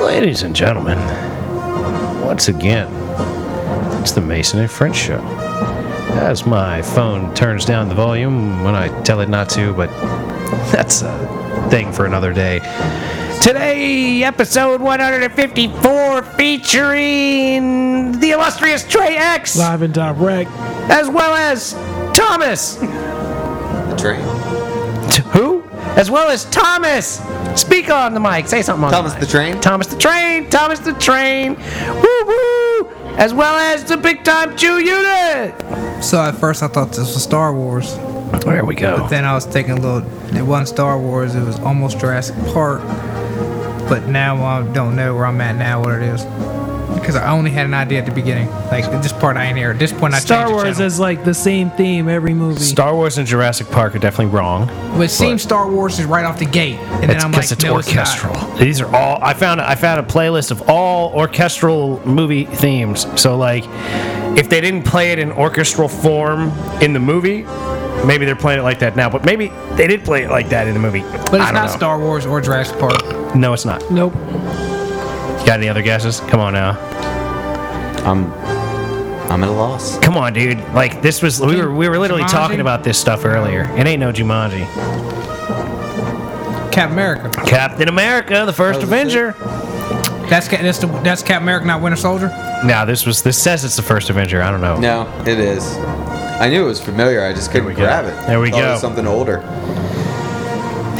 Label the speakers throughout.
Speaker 1: Ladies and gentlemen, once again, it's the Mason and French show. As my phone turns down the volume when I tell it not to, but that's a thing for another day. Today, episode 154, featuring the illustrious Trey X,
Speaker 2: Live and direct.
Speaker 1: as well as Thomas.
Speaker 3: The train.
Speaker 1: T- Who? As well as Thomas. Speak on the mic. Say something on
Speaker 3: Thomas
Speaker 1: the,
Speaker 3: the
Speaker 1: mic.
Speaker 3: Train?
Speaker 1: Thomas the Train. Thomas the Train. Woo woo. As well as the big time Jew unit.
Speaker 4: So at first I thought this was Star Wars.
Speaker 1: There we go.
Speaker 4: Then I was taking a little. It wasn't Star Wars. It was almost Jurassic Park. But now I don't know where I'm at now. What it is. Because I only had an idea at the beginning. Like this part I ain't here. At this point I
Speaker 2: Star
Speaker 4: changed the
Speaker 2: Wars
Speaker 4: channel.
Speaker 2: is like the same theme every movie.
Speaker 1: Star Wars and Jurassic Park are definitely wrong.
Speaker 4: But it seems Star Wars is right off the gate. And then
Speaker 1: It's
Speaker 4: I'm
Speaker 1: because
Speaker 4: like,
Speaker 1: it's
Speaker 4: no,
Speaker 1: orchestral.
Speaker 4: It's not.
Speaker 1: These are all I found. I found a playlist of all orchestral movie themes. So like, if they didn't play it in orchestral form in the movie, maybe they're playing it like that now. But maybe they did play it like that in the movie.
Speaker 4: But it's
Speaker 1: I don't
Speaker 4: not
Speaker 1: know.
Speaker 4: Star Wars or Jurassic Park.
Speaker 1: No, it's not.
Speaker 2: nope.
Speaker 1: Got any other guesses? Come on now.
Speaker 3: I'm I'm at a loss.
Speaker 1: Come on, dude. Like this was we were we were literally
Speaker 4: Jumanji?
Speaker 1: talking about this stuff earlier. It ain't no Jumanji.
Speaker 4: Cap America.
Speaker 1: Captain America, the first
Speaker 3: That was it.
Speaker 1: Avenger.
Speaker 4: That's Cap. That's the. That's Cap America, not Winter Soldier.
Speaker 1: Now this was this says it's the first Avenger. I don't know.
Speaker 3: No, it is. I knew it was familiar. I just couldn't
Speaker 1: go.
Speaker 3: grab it.
Speaker 1: There we
Speaker 3: Thought it
Speaker 1: go.
Speaker 3: was something older.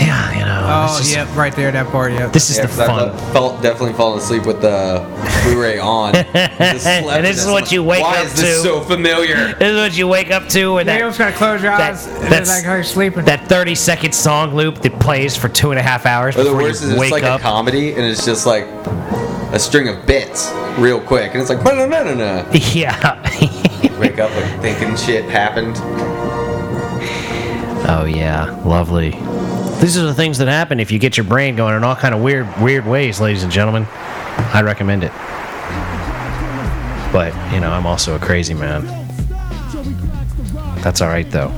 Speaker 1: Yeah, you know.
Speaker 4: Oh,
Speaker 1: this is,
Speaker 4: yep, right there, that part. Yep.
Speaker 1: This is
Speaker 3: Yeah,
Speaker 1: the
Speaker 3: 'cause I
Speaker 1: fun.
Speaker 3: felt- felt definitely falling asleep with the Blu-ray on. Just
Speaker 1: And
Speaker 3: slept
Speaker 1: this is
Speaker 3: I'm
Speaker 1: what
Speaker 3: like,
Speaker 1: you wake
Speaker 3: Why
Speaker 1: up
Speaker 3: is
Speaker 1: to."
Speaker 3: this so familiar?
Speaker 1: This is what you wake up to with
Speaker 4: Yeah, you just
Speaker 1: that,
Speaker 4: gotta close your
Speaker 1: that-
Speaker 4: eyes. and
Speaker 1: that's-
Speaker 4: it's like how you're sleeping.
Speaker 1: that 30 second song loop that plays for two and a half hours
Speaker 3: Or the
Speaker 1: before
Speaker 3: worst is
Speaker 1: you
Speaker 3: it's
Speaker 1: wake
Speaker 3: like
Speaker 1: up.
Speaker 3: a comedy and it's just like a string of bits real quick and it's like no no no no no.
Speaker 1: yeah.
Speaker 3: Wake up like, thinking shit happened.
Speaker 1: oh, yeah. Lovely. These are the things that happen if you get your brain going in all kind of weird, weird ways, ladies and gentlemen. I recommend it. But, you know, I'm also a crazy man. That's all right, though.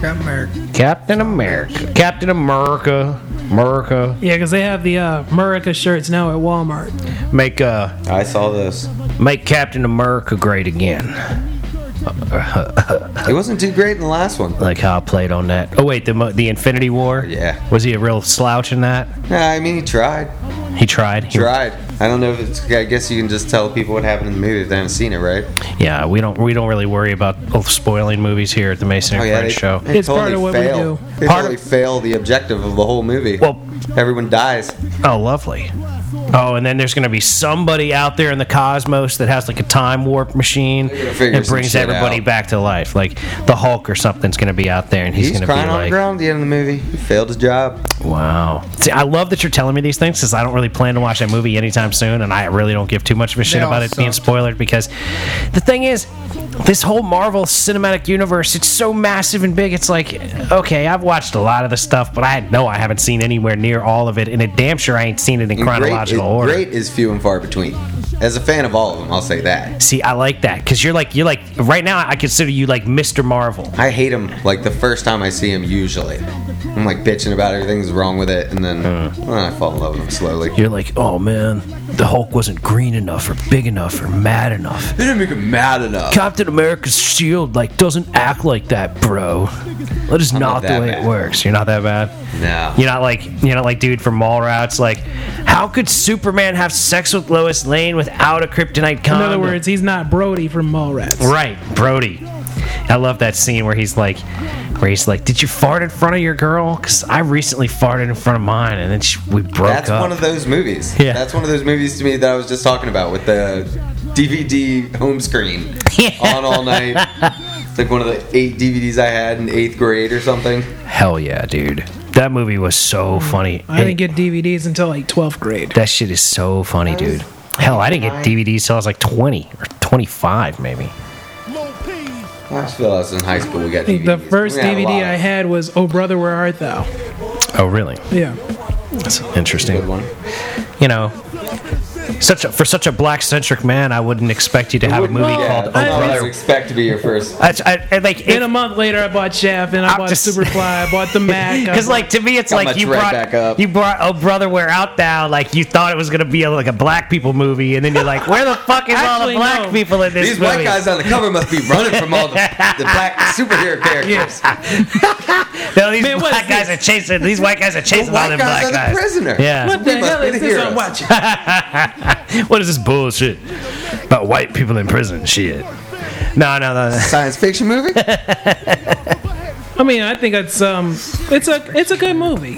Speaker 4: Cap America.
Speaker 1: Captain America. Captain America. America.
Speaker 2: Yeah, because they have the uh, Murica shirts now at Walmart.
Speaker 1: Make, uh,
Speaker 3: I saw this.
Speaker 1: make Captain America great again.
Speaker 3: It wasn't too great in the last one.
Speaker 1: like how I played on that. Oh wait, the mo- the Infinity War.
Speaker 3: Yeah.
Speaker 1: Was he a real slouch in that?
Speaker 3: Nah, I mean he tried.
Speaker 1: He tried. He-
Speaker 3: Tried. I don't know if it's. I guess you can just tell people what happened in the movie if they haven't seen it, right?
Speaker 1: Yeah, we don't we don't really worry about oh, spoiling movies here at the Mason
Speaker 3: Oh,
Speaker 1: and French show.
Speaker 2: It's part of what we
Speaker 3: fail.
Speaker 2: do.
Speaker 3: They
Speaker 1: Part of-
Speaker 3: totally fail the objective of the whole movie.
Speaker 1: Well-
Speaker 3: everyone dies.
Speaker 1: Oh, lovely. Oh, and then there's going to be somebody out there in the cosmos that has like a time warp machine
Speaker 3: gonna figure
Speaker 1: that
Speaker 3: some
Speaker 1: brings
Speaker 3: shit
Speaker 1: everybody
Speaker 3: out.
Speaker 1: back to life. Like the Hulk or something's going to be out there, and he's,
Speaker 3: He's,
Speaker 1: going to
Speaker 3: crying
Speaker 1: be
Speaker 3: on the
Speaker 1: like,
Speaker 3: ground at the end of the movie. He failed his job.
Speaker 1: "Wow." See, I love that you're telling me these things because I don't really plan to watch that movie anytime soon, and I really don't give too much of a shit
Speaker 4: They
Speaker 1: about
Speaker 4: all
Speaker 1: it being
Speaker 4: sucked.
Speaker 1: spoiled because the thing is, this whole Marvel cinematic universe, it's so massive and big. It's like, okay, I've watched a lot of the stuff, but I know I haven't seen anywhere near all of it, and it damn sure I ain't seen it in
Speaker 3: And
Speaker 1: chronological
Speaker 3: great,
Speaker 1: order.
Speaker 3: Great is few and far between. As a fan of all of them, I'll say that.
Speaker 1: See, I like that because you're like you're like right now. I consider you like Mr. Marvel.
Speaker 3: I hate him like the first time I see him. Usually, I'm like bitching about everything's wrong with it, and then
Speaker 1: Hmm.
Speaker 3: well, I fall in love with him slowly.
Speaker 1: You're like, oh man, the Hulk wasn't green enough or big enough or mad enough.
Speaker 3: They didn't make him mad enough.
Speaker 1: Captain America's shield like doesn't act like that, bro. That is not,
Speaker 3: not
Speaker 1: the
Speaker 3: that
Speaker 1: way it
Speaker 3: bad.
Speaker 1: works. You're not that bad.
Speaker 3: No.
Speaker 1: You're not like you're not like dude from Mallrats. Like, how could Superman have sex with Lois Lane without a kryptonite
Speaker 2: In
Speaker 1: condom?
Speaker 2: other words, he's not Brody from Mallrats.
Speaker 1: Ah, right, Brody. I love that scene where he's like, where he's like, "Did you fart in front of your girl? Because I recently farted in front of mine, and then she, we broke
Speaker 3: That's
Speaker 1: up."
Speaker 3: one of those movies.
Speaker 1: Yeah.
Speaker 3: That's one of those movies to me that I was just talking about with the DVD home screen on all night. It's like one of the eight DVDs I had in eighth grade or something.
Speaker 1: Hell yeah, dude! That movie was so funny.
Speaker 2: I didn't get DVDs until like 12th grade.
Speaker 1: That shit is so funny, dude. Hell, I didn't get DVDs till I was like 20 or 25, maybe.
Speaker 3: I just feel I was in high school. We got DVDs.
Speaker 2: The first
Speaker 3: We had a
Speaker 2: DVD
Speaker 3: lot.
Speaker 2: I had was Oh Brother Where Art Thou.
Speaker 1: Oh, really?
Speaker 2: Yeah.
Speaker 1: That's
Speaker 3: Good
Speaker 1: interesting.
Speaker 3: one.
Speaker 1: You know, Such a, for such a black centric man, I wouldn't expect you to have a movie
Speaker 3: yeah,
Speaker 1: called
Speaker 3: that's
Speaker 1: Oh
Speaker 3: what I would
Speaker 1: Brother.
Speaker 3: expect to be your first.
Speaker 1: That's- I, I, like
Speaker 2: And a month later, I bought Shaft and I
Speaker 1: I'm
Speaker 2: bought
Speaker 1: just-
Speaker 2: Superfly. I bought the Mac. I
Speaker 1: Because
Speaker 2: bought-
Speaker 1: like to me, it's
Speaker 3: Got
Speaker 1: like
Speaker 3: my
Speaker 1: you
Speaker 3: thread
Speaker 1: brought
Speaker 3: back up.
Speaker 1: you brought Oh Brother Where Out Thou like you thought it was gonna be a, like a black people movie, and then you're like, where the fuck is all the
Speaker 2: Actually,
Speaker 1: black
Speaker 2: no.
Speaker 1: people in this
Speaker 3: These
Speaker 1: movie?
Speaker 3: white guys on the cover must be running from all the, the black superhero characters.
Speaker 1: no, these
Speaker 2: Man, what
Speaker 1: black
Speaker 2: is
Speaker 1: guys
Speaker 2: this?
Speaker 1: are chasing. These white guys are
Speaker 3: The
Speaker 1: chasing all
Speaker 3: white
Speaker 1: them
Speaker 3: guys
Speaker 1: black
Speaker 3: are
Speaker 1: guys.
Speaker 3: the prisoner.
Speaker 1: Yeah.
Speaker 2: what
Speaker 3: We
Speaker 2: the
Speaker 3: must
Speaker 2: hell
Speaker 3: be
Speaker 2: is
Speaker 3: the
Speaker 2: this I'm
Speaker 3: heroes.
Speaker 2: watching?
Speaker 1: What is this bullshit about white people in prison? Shit. No, no, no. no.
Speaker 3: Science fiction movie?
Speaker 2: I mean, I think it's um, it's a it's a good movie.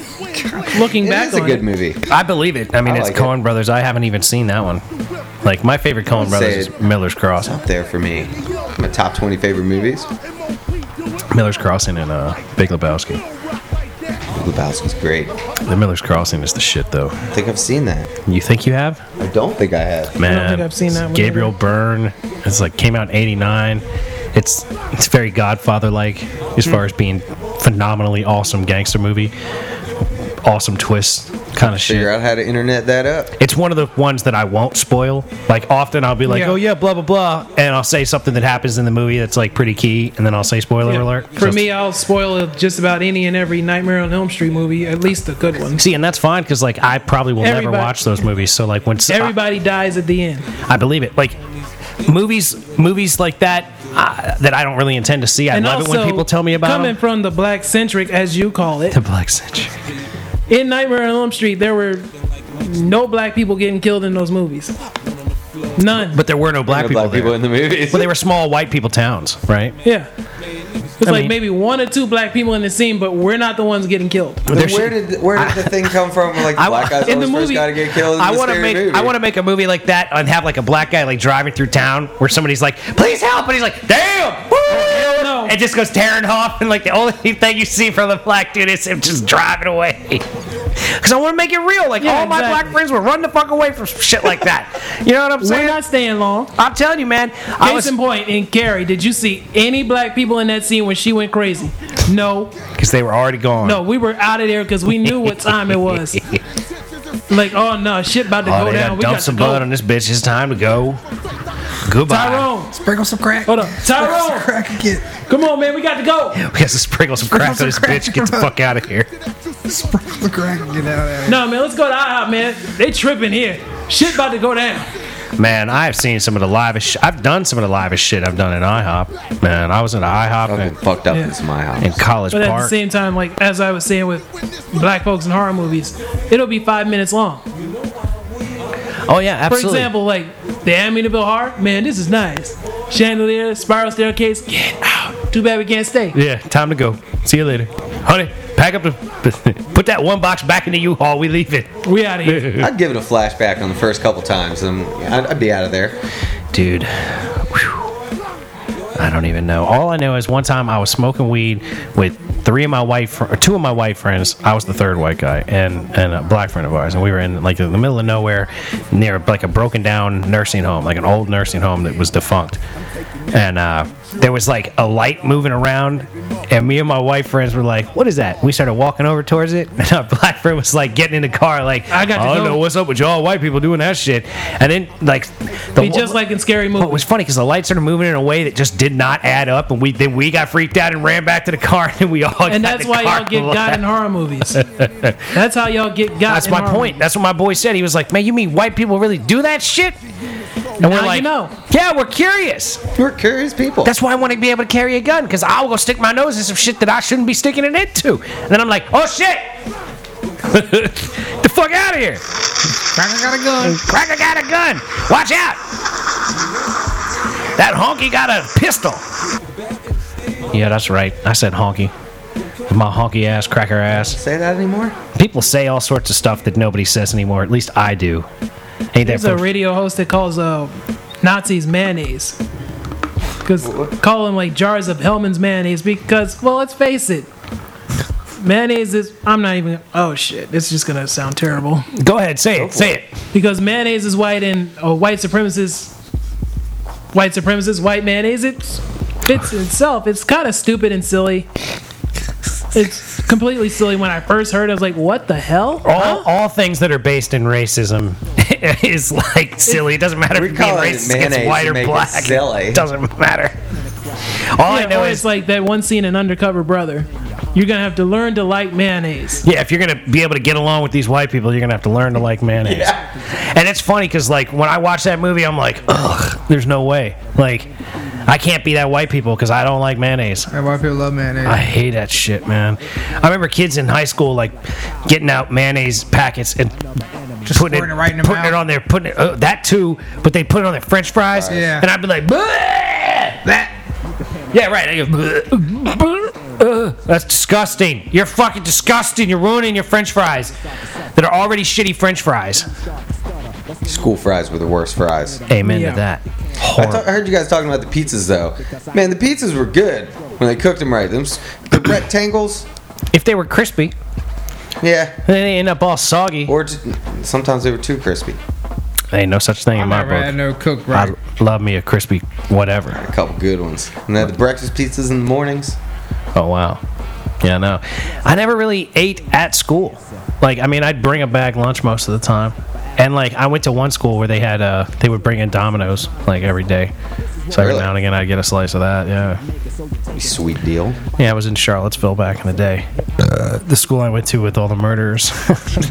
Speaker 2: Looking back,
Speaker 3: It's a
Speaker 2: on
Speaker 3: good
Speaker 2: it,
Speaker 3: movie.
Speaker 1: I believe it. I mean,
Speaker 3: I
Speaker 1: it's
Speaker 3: like
Speaker 1: Coen Brothers. I haven't even seen that one. Like my favorite Coen Brothers
Speaker 3: say
Speaker 1: is
Speaker 3: it.
Speaker 1: Miller's Cross.
Speaker 3: Up there for me. My top 20 favorite movies.
Speaker 1: Miller's Crossing and uh, Big Lebowski.
Speaker 3: Lebowski's great.
Speaker 1: The Miller's Crossing is the shit, though.
Speaker 3: I think I've seen that.
Speaker 1: You think you have?
Speaker 3: I don't think I have.
Speaker 1: Man,
Speaker 2: think I've seen that one
Speaker 1: Gabriel Byrne. It's like came out in '89. It's it's very Godfather-like as far as being phenomenally awesome gangster movie, awesome twist kind of
Speaker 3: Figure
Speaker 1: shit.
Speaker 3: out how to internet that up.
Speaker 1: It's one of the ones that I won't spoil. Like often I'll be like,
Speaker 2: Yeah.
Speaker 1: "Oh yeah, blah blah blah," and I'll say something that happens in the movie that's like pretty key, and then I'll say spoiler alert. So-
Speaker 2: For me, I'll spoil just about any and every Nightmare on Elm Street movie, at least the good ones.
Speaker 1: See, and that's fine because like I probably will never
Speaker 2: Everybody-
Speaker 1: watch those movies. So like when s- I-
Speaker 2: Everybody dies at the end,
Speaker 1: I believe it. Like movies, movies like that uh, that I don't really intend to see. I
Speaker 2: and
Speaker 1: love
Speaker 2: also
Speaker 1: it when people tell me about
Speaker 2: coming
Speaker 1: them.
Speaker 2: from the black centric, as you call it.
Speaker 1: the Black Century.
Speaker 2: In Nightmare on Elm Street, there were no black people getting killed in those movies. None.
Speaker 1: But there were no black
Speaker 3: The
Speaker 1: people
Speaker 3: black
Speaker 1: there.
Speaker 3: people in the movies.
Speaker 1: well, they were small white people towns, right?
Speaker 2: yeah. It's like
Speaker 1: mean-
Speaker 2: maybe one or two black people in the scene, but we're not the ones getting killed.
Speaker 1: There
Speaker 3: Then
Speaker 1: should-
Speaker 3: where did where did the thing come from? Like the
Speaker 1: I-
Speaker 3: black guys
Speaker 2: in the
Speaker 3: always first
Speaker 2: movie-
Speaker 3: got to get killed. In
Speaker 1: I
Speaker 3: the
Speaker 1: want to
Speaker 3: scary
Speaker 1: make
Speaker 3: movie.
Speaker 1: I want to make a movie like that and have like a black guy like driving through town where somebody's like, "Please help!" and he's like, "Damn!" Woo!
Speaker 2: no.
Speaker 1: It just goes tearing off, and like the only thing you see from the black dude is him just driving away. Because I want to make it real. Like
Speaker 2: Yeah,
Speaker 1: all my
Speaker 2: exactly.
Speaker 1: black friends would run the fuck away from shit like that. you know what I'm
Speaker 2: We're
Speaker 1: saying?
Speaker 2: not staying long.
Speaker 1: I'm telling you, man. I
Speaker 2: Case
Speaker 1: was
Speaker 2: in point, in Carrie, did you see any black people in that scene when she went crazy? No,
Speaker 1: because they were already gone.
Speaker 2: no, we were out of there because we knew what time it was. Like, oh no, shit about to
Speaker 1: Oh,
Speaker 2: go
Speaker 1: they
Speaker 2: down.
Speaker 1: done
Speaker 2: We got
Speaker 1: dumped
Speaker 2: to
Speaker 1: some
Speaker 2: go.
Speaker 1: blood on this bitch. It's time to go. Goodbye.
Speaker 2: Tyrone,
Speaker 4: Sprinkle some crack.
Speaker 2: hold up,
Speaker 4: Sprinkle some
Speaker 2: Tyrone,
Speaker 4: crack again.
Speaker 2: come on, man, we got to go.
Speaker 1: We got to sprinkle some
Speaker 4: Sprinkle
Speaker 1: crap on this
Speaker 4: some crack.
Speaker 1: bitch. Get the fuck out of here.
Speaker 4: Sprinkle some crack and get out of there.
Speaker 2: No, man, let's go to IHOP, man. They tripping here. Shit about to go down.
Speaker 1: Man, I've seen some of the livest. Sh- I've done some of the livest shit I've done in IHOP. Man, I was in IHOP
Speaker 3: Fucking
Speaker 1: in,
Speaker 3: fucked up
Speaker 2: Yeah.
Speaker 3: in my house.
Speaker 1: in College
Speaker 2: But at the
Speaker 1: Park.
Speaker 2: same time, like as I was saying with black folks in horror movies, it'll be five minutes long.
Speaker 1: oh yeah,
Speaker 2: For
Speaker 1: absolutely.
Speaker 2: example, like the Amityville Horror, man, this is nice. Chandelier, spiral staircase, get out. Too bad we can't stay.
Speaker 1: yeah, time to go. See you later, honey. Pack up the. Put that one box back in the U-Haul. We leave it,
Speaker 2: We out of here.
Speaker 3: I'd give it a flashback on the first couple times, and I'd, I'd be out of there.
Speaker 1: dude. whew. I don't even know. All I know is one time I was smoking weed with three of my white, fr- or two of my white friends. I was the third white guy, and and a black friend of ours, and we were in like in the middle of nowhere, near like a broken down nursing home, like an old nursing home that was defunct. And uh, there was like a light moving around, and me and my white friends were like, "What is that?" We started walking over towards it, and our black friend was like getting in the car, like,
Speaker 2: I got to
Speaker 1: I don't
Speaker 2: go."
Speaker 1: know what's up with y'all white people doing that shit." And then like, the
Speaker 2: Be just like in scary
Speaker 1: but it
Speaker 2: movies.
Speaker 1: was funny because the lights started moving in a way that just did not add up, and we then we got freaked out and ran back to the car, and we all got
Speaker 2: And that's
Speaker 1: the
Speaker 2: why
Speaker 1: car
Speaker 2: y'all get got in horror movies. That's how y'all get got.
Speaker 1: That's
Speaker 2: in
Speaker 1: my
Speaker 2: horror
Speaker 1: point. That's what my boy said. He was like, "Man, you mean white people really do that shit?" And
Speaker 2: Now
Speaker 1: we're
Speaker 2: you
Speaker 1: like,
Speaker 2: know.
Speaker 1: "Yeah, we're curious.
Speaker 3: We're curious people.
Speaker 1: That's why I want to be able to carry a gun because I'll go stick my nose in some shit that I shouldn't be sticking it into." And then I'm like, "Oh shit." the fuck out of here!
Speaker 4: Cracker got a gun.
Speaker 1: Cracker got a gun. Watch out! That honky got a pistol. Yeah, that's right. I said honky. My honky ass, cracker ass.
Speaker 3: say that anymore?
Speaker 1: People say all sorts of stuff that nobody says anymore. At least I do. Ain't that
Speaker 2: There's a
Speaker 1: for
Speaker 2: radio host that calls uh, Nazis mayonnaise. Because call them like jars of Hellman's mayonnaise because, well, let's face it. Mayonnaise is. I'm not even. Oh shit! It's just gonna sound terrible
Speaker 1: Go ahead, say it. Say it.
Speaker 2: because mayonnaise is white and oh, white supremacists, white supremacists, white mayonnaise. It's it's itself. It's kind of stupid and silly. It's completely silly. When I first heard, it, I was like, "What the hell?"
Speaker 1: All, all things that are based in racism is like silly. It doesn't matter
Speaker 3: We
Speaker 1: if you're
Speaker 3: call it
Speaker 1: being racist against
Speaker 3: mayonnaise
Speaker 1: white
Speaker 3: to
Speaker 1: or
Speaker 3: make it
Speaker 1: black.
Speaker 3: silly.
Speaker 1: doesn't matter. All I
Speaker 2: Yeah,
Speaker 1: know
Speaker 2: or
Speaker 1: is
Speaker 2: it's like that one scene in Undercover Brother. You're gonna have to learn to like mayonnaise.
Speaker 1: Yeah, if you're gonna be able to get along with these white people, you're gonna have to learn to like mayonnaise. And it's funny because like when I watch that movie, I'm like, ugh, there's no way. Like, I can't be that white people because I don't like mayonnaise.
Speaker 4: And white people love mayonnaise.
Speaker 1: I hate that shit, man. I remember kids in high school like getting out mayonnaise packets and just putting it,
Speaker 4: pouring it right in their
Speaker 1: putting
Speaker 4: mouth.
Speaker 1: it on their putting it, uh, that too, but they put it on their French fries.
Speaker 4: Yeah.
Speaker 1: And I'd be like, "Bleh!" yeah, right. I go, "Bleh, bleh, uh." That's disgusting. You're fucking disgusting. You're ruining your French fries that are already shitty French fries.
Speaker 3: School fries were the worst fries.
Speaker 1: Amen
Speaker 2: Yeah.
Speaker 1: to that.
Speaker 3: I, thought- I heard you guys talking about the pizzas though. Man, the pizzas were good when they cooked them right. Them, s- the rectangles,
Speaker 1: if they were crispy,
Speaker 3: yeah.
Speaker 1: then they end up all soggy.
Speaker 3: Or just, sometimes they were too crispy.
Speaker 1: Ain't no such thing in
Speaker 4: I
Speaker 1: my
Speaker 4: never had
Speaker 1: book.
Speaker 4: no cooked right.
Speaker 1: I love me a crispy whatever.
Speaker 3: A couple good ones. And they had the breakfast pizzas in the mornings.
Speaker 1: Oh wow. Yeah, no. I never really ate at school. Like, I mean, I'd bring a bag lunch most of the time, and like, I went to one school where they had uh, they would bring in Dominoes like every day. So every
Speaker 3: Really?
Speaker 1: now and again, I'd get a slice of that. Yeah,
Speaker 3: Sweet deal.
Speaker 1: yeah. I was in Charlottesville back in the day.
Speaker 3: Uh,
Speaker 1: the school I went to with all the murders.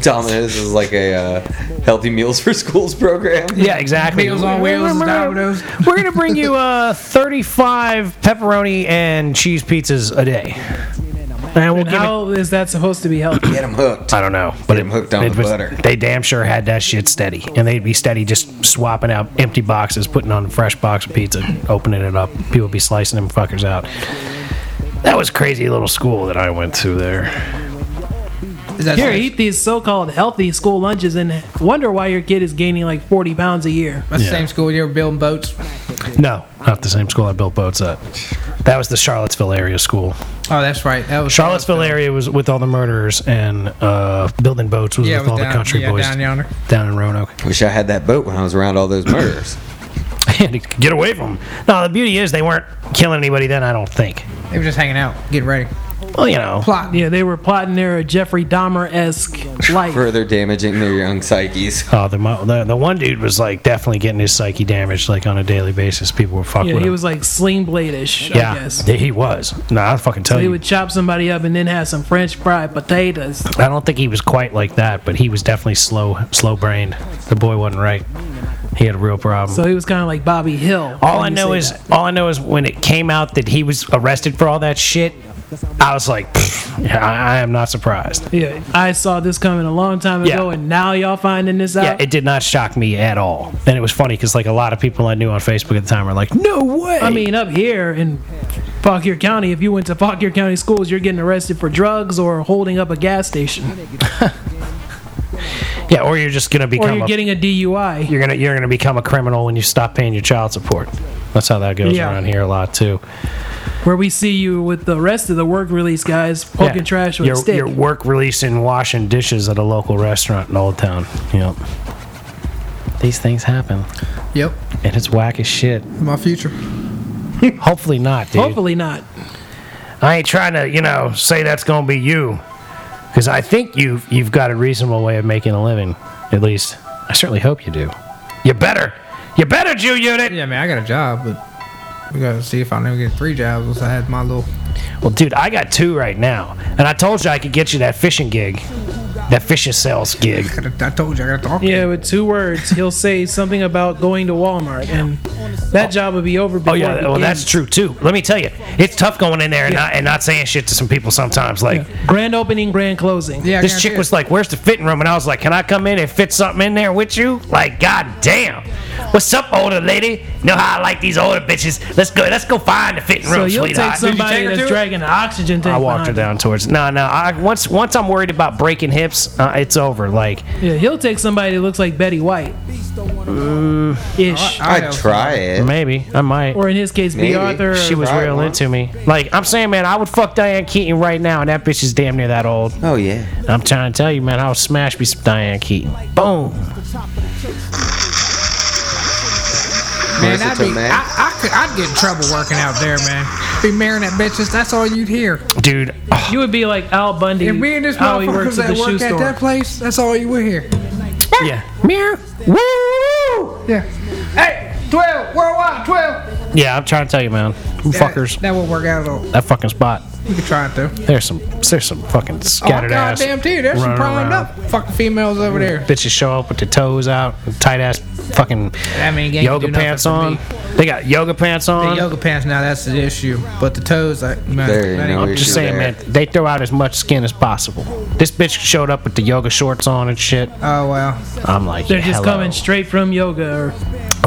Speaker 3: Domino's is like a uh, healthy meals for schools program.
Speaker 1: yeah, exactly.
Speaker 4: Meals on Wheels is Domino's.
Speaker 1: We're gonna bring you uh, 35 pepperoni and cheese pizzas a day, and we'll
Speaker 2: And
Speaker 1: give it
Speaker 2: how is that supposed to be healthy?
Speaker 3: Get them hooked.
Speaker 1: I don't know, but
Speaker 3: Get 'em hooked on the butter.
Speaker 1: They damn sure had that shit steady, and they'd be steady just swapping out empty boxes, putting on a fresh box of pizza, opening it up. People be slicing them fuckers out. That was crazy little school that I went to there.
Speaker 4: Is that
Speaker 2: Here,
Speaker 4: sweet?
Speaker 2: eat these so-called healthy school lunches and wonder why your kid is gaining like 40 pounds a year.
Speaker 4: That's
Speaker 1: Yeah.
Speaker 4: the same school you were building boats.
Speaker 1: No, not the same school I built boats at. That was the Charlottesville area school.
Speaker 4: Oh, that's right. That was
Speaker 1: Charlottesville area was with all the murderers, and uh, building boats was
Speaker 4: Yeah, it
Speaker 1: with
Speaker 4: was
Speaker 1: all
Speaker 4: down,
Speaker 1: the country
Speaker 4: yeah,
Speaker 1: boys
Speaker 4: down yonder.
Speaker 1: down in Roanoke.
Speaker 3: Wish I had that boat when I was around all those murders.
Speaker 1: And to get away from them. No, the beauty is they weren't killing anybody then. I don't think.
Speaker 4: They were just hanging out, getting ready.
Speaker 1: Well, you know,
Speaker 4: Plot.
Speaker 2: Yeah, they were plotting their Jeffrey Dahmer-esque life.
Speaker 3: Further damaging their young psyches.
Speaker 1: Oh, the, mo- the the one dude was like definitely getting his psyche damaged like on a daily basis. People were fucking
Speaker 2: Yeah,
Speaker 1: with
Speaker 2: he
Speaker 1: him.
Speaker 2: was like Sling Blade-ish, I
Speaker 1: yeah,
Speaker 2: guess.
Speaker 1: th- he was. No, I fucking tell
Speaker 2: He
Speaker 1: you,
Speaker 2: would chop somebody up and then have some French fried potatoes.
Speaker 1: I don't think he was quite like that, but he was definitely slow, slow brained. The boy wasn't right. He had a real problem.
Speaker 2: So he was kind of like Bobby Hill.
Speaker 1: all
Speaker 2: when
Speaker 1: I
Speaker 2: you
Speaker 1: know
Speaker 2: say
Speaker 1: is,
Speaker 2: that.
Speaker 1: all I know is when it came out that he was arrested for all that shit, I was like, "Pfft, yeah, I, I am not surprised.
Speaker 2: Yeah, I saw this coming a long time ago,
Speaker 1: Yeah.
Speaker 2: and now y'all finding this out.
Speaker 1: Yeah, it did not shock me at all. And it was funny because like a lot of people I knew on Facebook at the time were like, no way.
Speaker 2: I mean, up here in Fauquier County, if you went to Fauquier County schools, you're getting arrested for drugs or holding up a gas station,
Speaker 1: yeah, or you're just gonna
Speaker 2: or
Speaker 1: become
Speaker 2: you're
Speaker 1: a
Speaker 2: getting a DUI.
Speaker 1: you're gonna you're gonna become a criminal when you stop paying your child support. That's how that goes
Speaker 2: Yeah.
Speaker 1: around here a lot too.
Speaker 2: Where we see you with the rest of the work release guys poking
Speaker 1: Yeah.
Speaker 2: trash with
Speaker 1: your,
Speaker 2: a stick.
Speaker 1: Your work releasing washing dishes at a local restaurant in Old Town. Yep. These things happen,
Speaker 4: Yep,
Speaker 1: and it's whack as shit.
Speaker 4: my future.
Speaker 1: Hopefully not, dude.
Speaker 2: Hopefully not.
Speaker 1: I ain't trying to, you know, say that's gonna be you, because I think you you've got a reasonable way of making a living. At least, I certainly hope you do. You better, you better, Jew unit.
Speaker 4: Yeah, man, I got a job, but we gotta see if I never get three jobs once I had my little.
Speaker 1: Well, dude, I got two right now, and I told you I could get you that fishing gig, that fishing sales gig.
Speaker 4: I told you I gotta talk.
Speaker 2: Yeah, with two words, he'll say something about going to Walmart, and that job would be over.
Speaker 1: Oh
Speaker 2: Before it
Speaker 1: yeah, well
Speaker 2: begins.
Speaker 1: that's true too. Let me tell you, it's tough going in there and not and not saying shit to some people sometimes. Like
Speaker 2: Grand opening, grand closing.
Speaker 4: Yeah, I
Speaker 1: this
Speaker 4: gotta
Speaker 1: chick
Speaker 4: do it.
Speaker 1: was like, "Where's the fitting room?" And I was like, "Can I come in and fit something in there with you?" Like, god damn. What's up, older lady? Know how I like these older bitches. Let's go. Let's go find the fitting
Speaker 2: So
Speaker 1: room,
Speaker 2: you'll take
Speaker 1: sweetheart.
Speaker 2: somebody
Speaker 4: her to
Speaker 2: that's
Speaker 4: it?
Speaker 2: dragging an oxygen tank.
Speaker 1: I walked her down
Speaker 2: behind
Speaker 1: towards. No, no. I, once once I'm worried about breaking hips, uh, it's over. Like
Speaker 2: Yeah, he'll take somebody that looks like Betty White.
Speaker 1: Uh,
Speaker 2: Ish.
Speaker 3: I'd try it.
Speaker 1: maybe I might.
Speaker 2: Or in his case, B.
Speaker 3: Maybe.
Speaker 2: Arthur.
Speaker 1: She was
Speaker 3: Right,
Speaker 1: real
Speaker 3: huh?
Speaker 1: into me. Like I'm saying, man, I would fuck Diane Keaton right now, and that bitch is damn near that old.
Speaker 3: Oh yeah.
Speaker 1: I'm trying to tell you, man, I would smash me some Diane Keaton. Boom.
Speaker 4: Man, I'd,
Speaker 3: Merciful
Speaker 4: be,
Speaker 3: man.
Speaker 4: I, I could, I'd get in trouble working out there, man. Be marrying that bitches. That's all you'd hear.
Speaker 1: Dude, oh,
Speaker 2: You would be like Al Bundy.
Speaker 4: And me and this
Speaker 2: how he
Speaker 4: motherfuckers
Speaker 2: works
Speaker 4: that
Speaker 2: at the shoe
Speaker 4: work at
Speaker 2: store.
Speaker 4: that place, that's all you would hear.
Speaker 1: Yeah. Meow. Woo!
Speaker 4: Yeah. Hey, 12, worldwide, 12.
Speaker 1: Yeah, I'm trying to tell you, man. Fuckers.
Speaker 4: That won't work out at all.
Speaker 1: That fucking spot.
Speaker 4: We could try it though.
Speaker 1: There's some. There's some fucking
Speaker 4: Oh,
Speaker 1: scattered ass.
Speaker 4: goddamn, dude, there's some
Speaker 1: running
Speaker 4: primed
Speaker 1: around.
Speaker 4: up fucking females over there.
Speaker 1: Bitches show up with their toes out, tight ass fucking
Speaker 4: I mean, you ain't
Speaker 1: yoga
Speaker 4: do nothing
Speaker 1: pants
Speaker 4: for
Speaker 1: on.
Speaker 4: me.
Speaker 1: They got yoga pants
Speaker 4: The
Speaker 1: on.
Speaker 4: yoga pants now, that's the issue. But the toes, like, man,
Speaker 3: There you
Speaker 4: that ain't-
Speaker 3: go.
Speaker 1: I'm just
Speaker 3: issue
Speaker 1: saying,
Speaker 3: there.
Speaker 1: man. They throw out as much skin as possible. This bitch showed up with the yoga shorts on and shit.
Speaker 4: Oh, wow.
Speaker 1: I'm like,
Speaker 2: They're just
Speaker 1: hello.
Speaker 2: coming straight from yoga or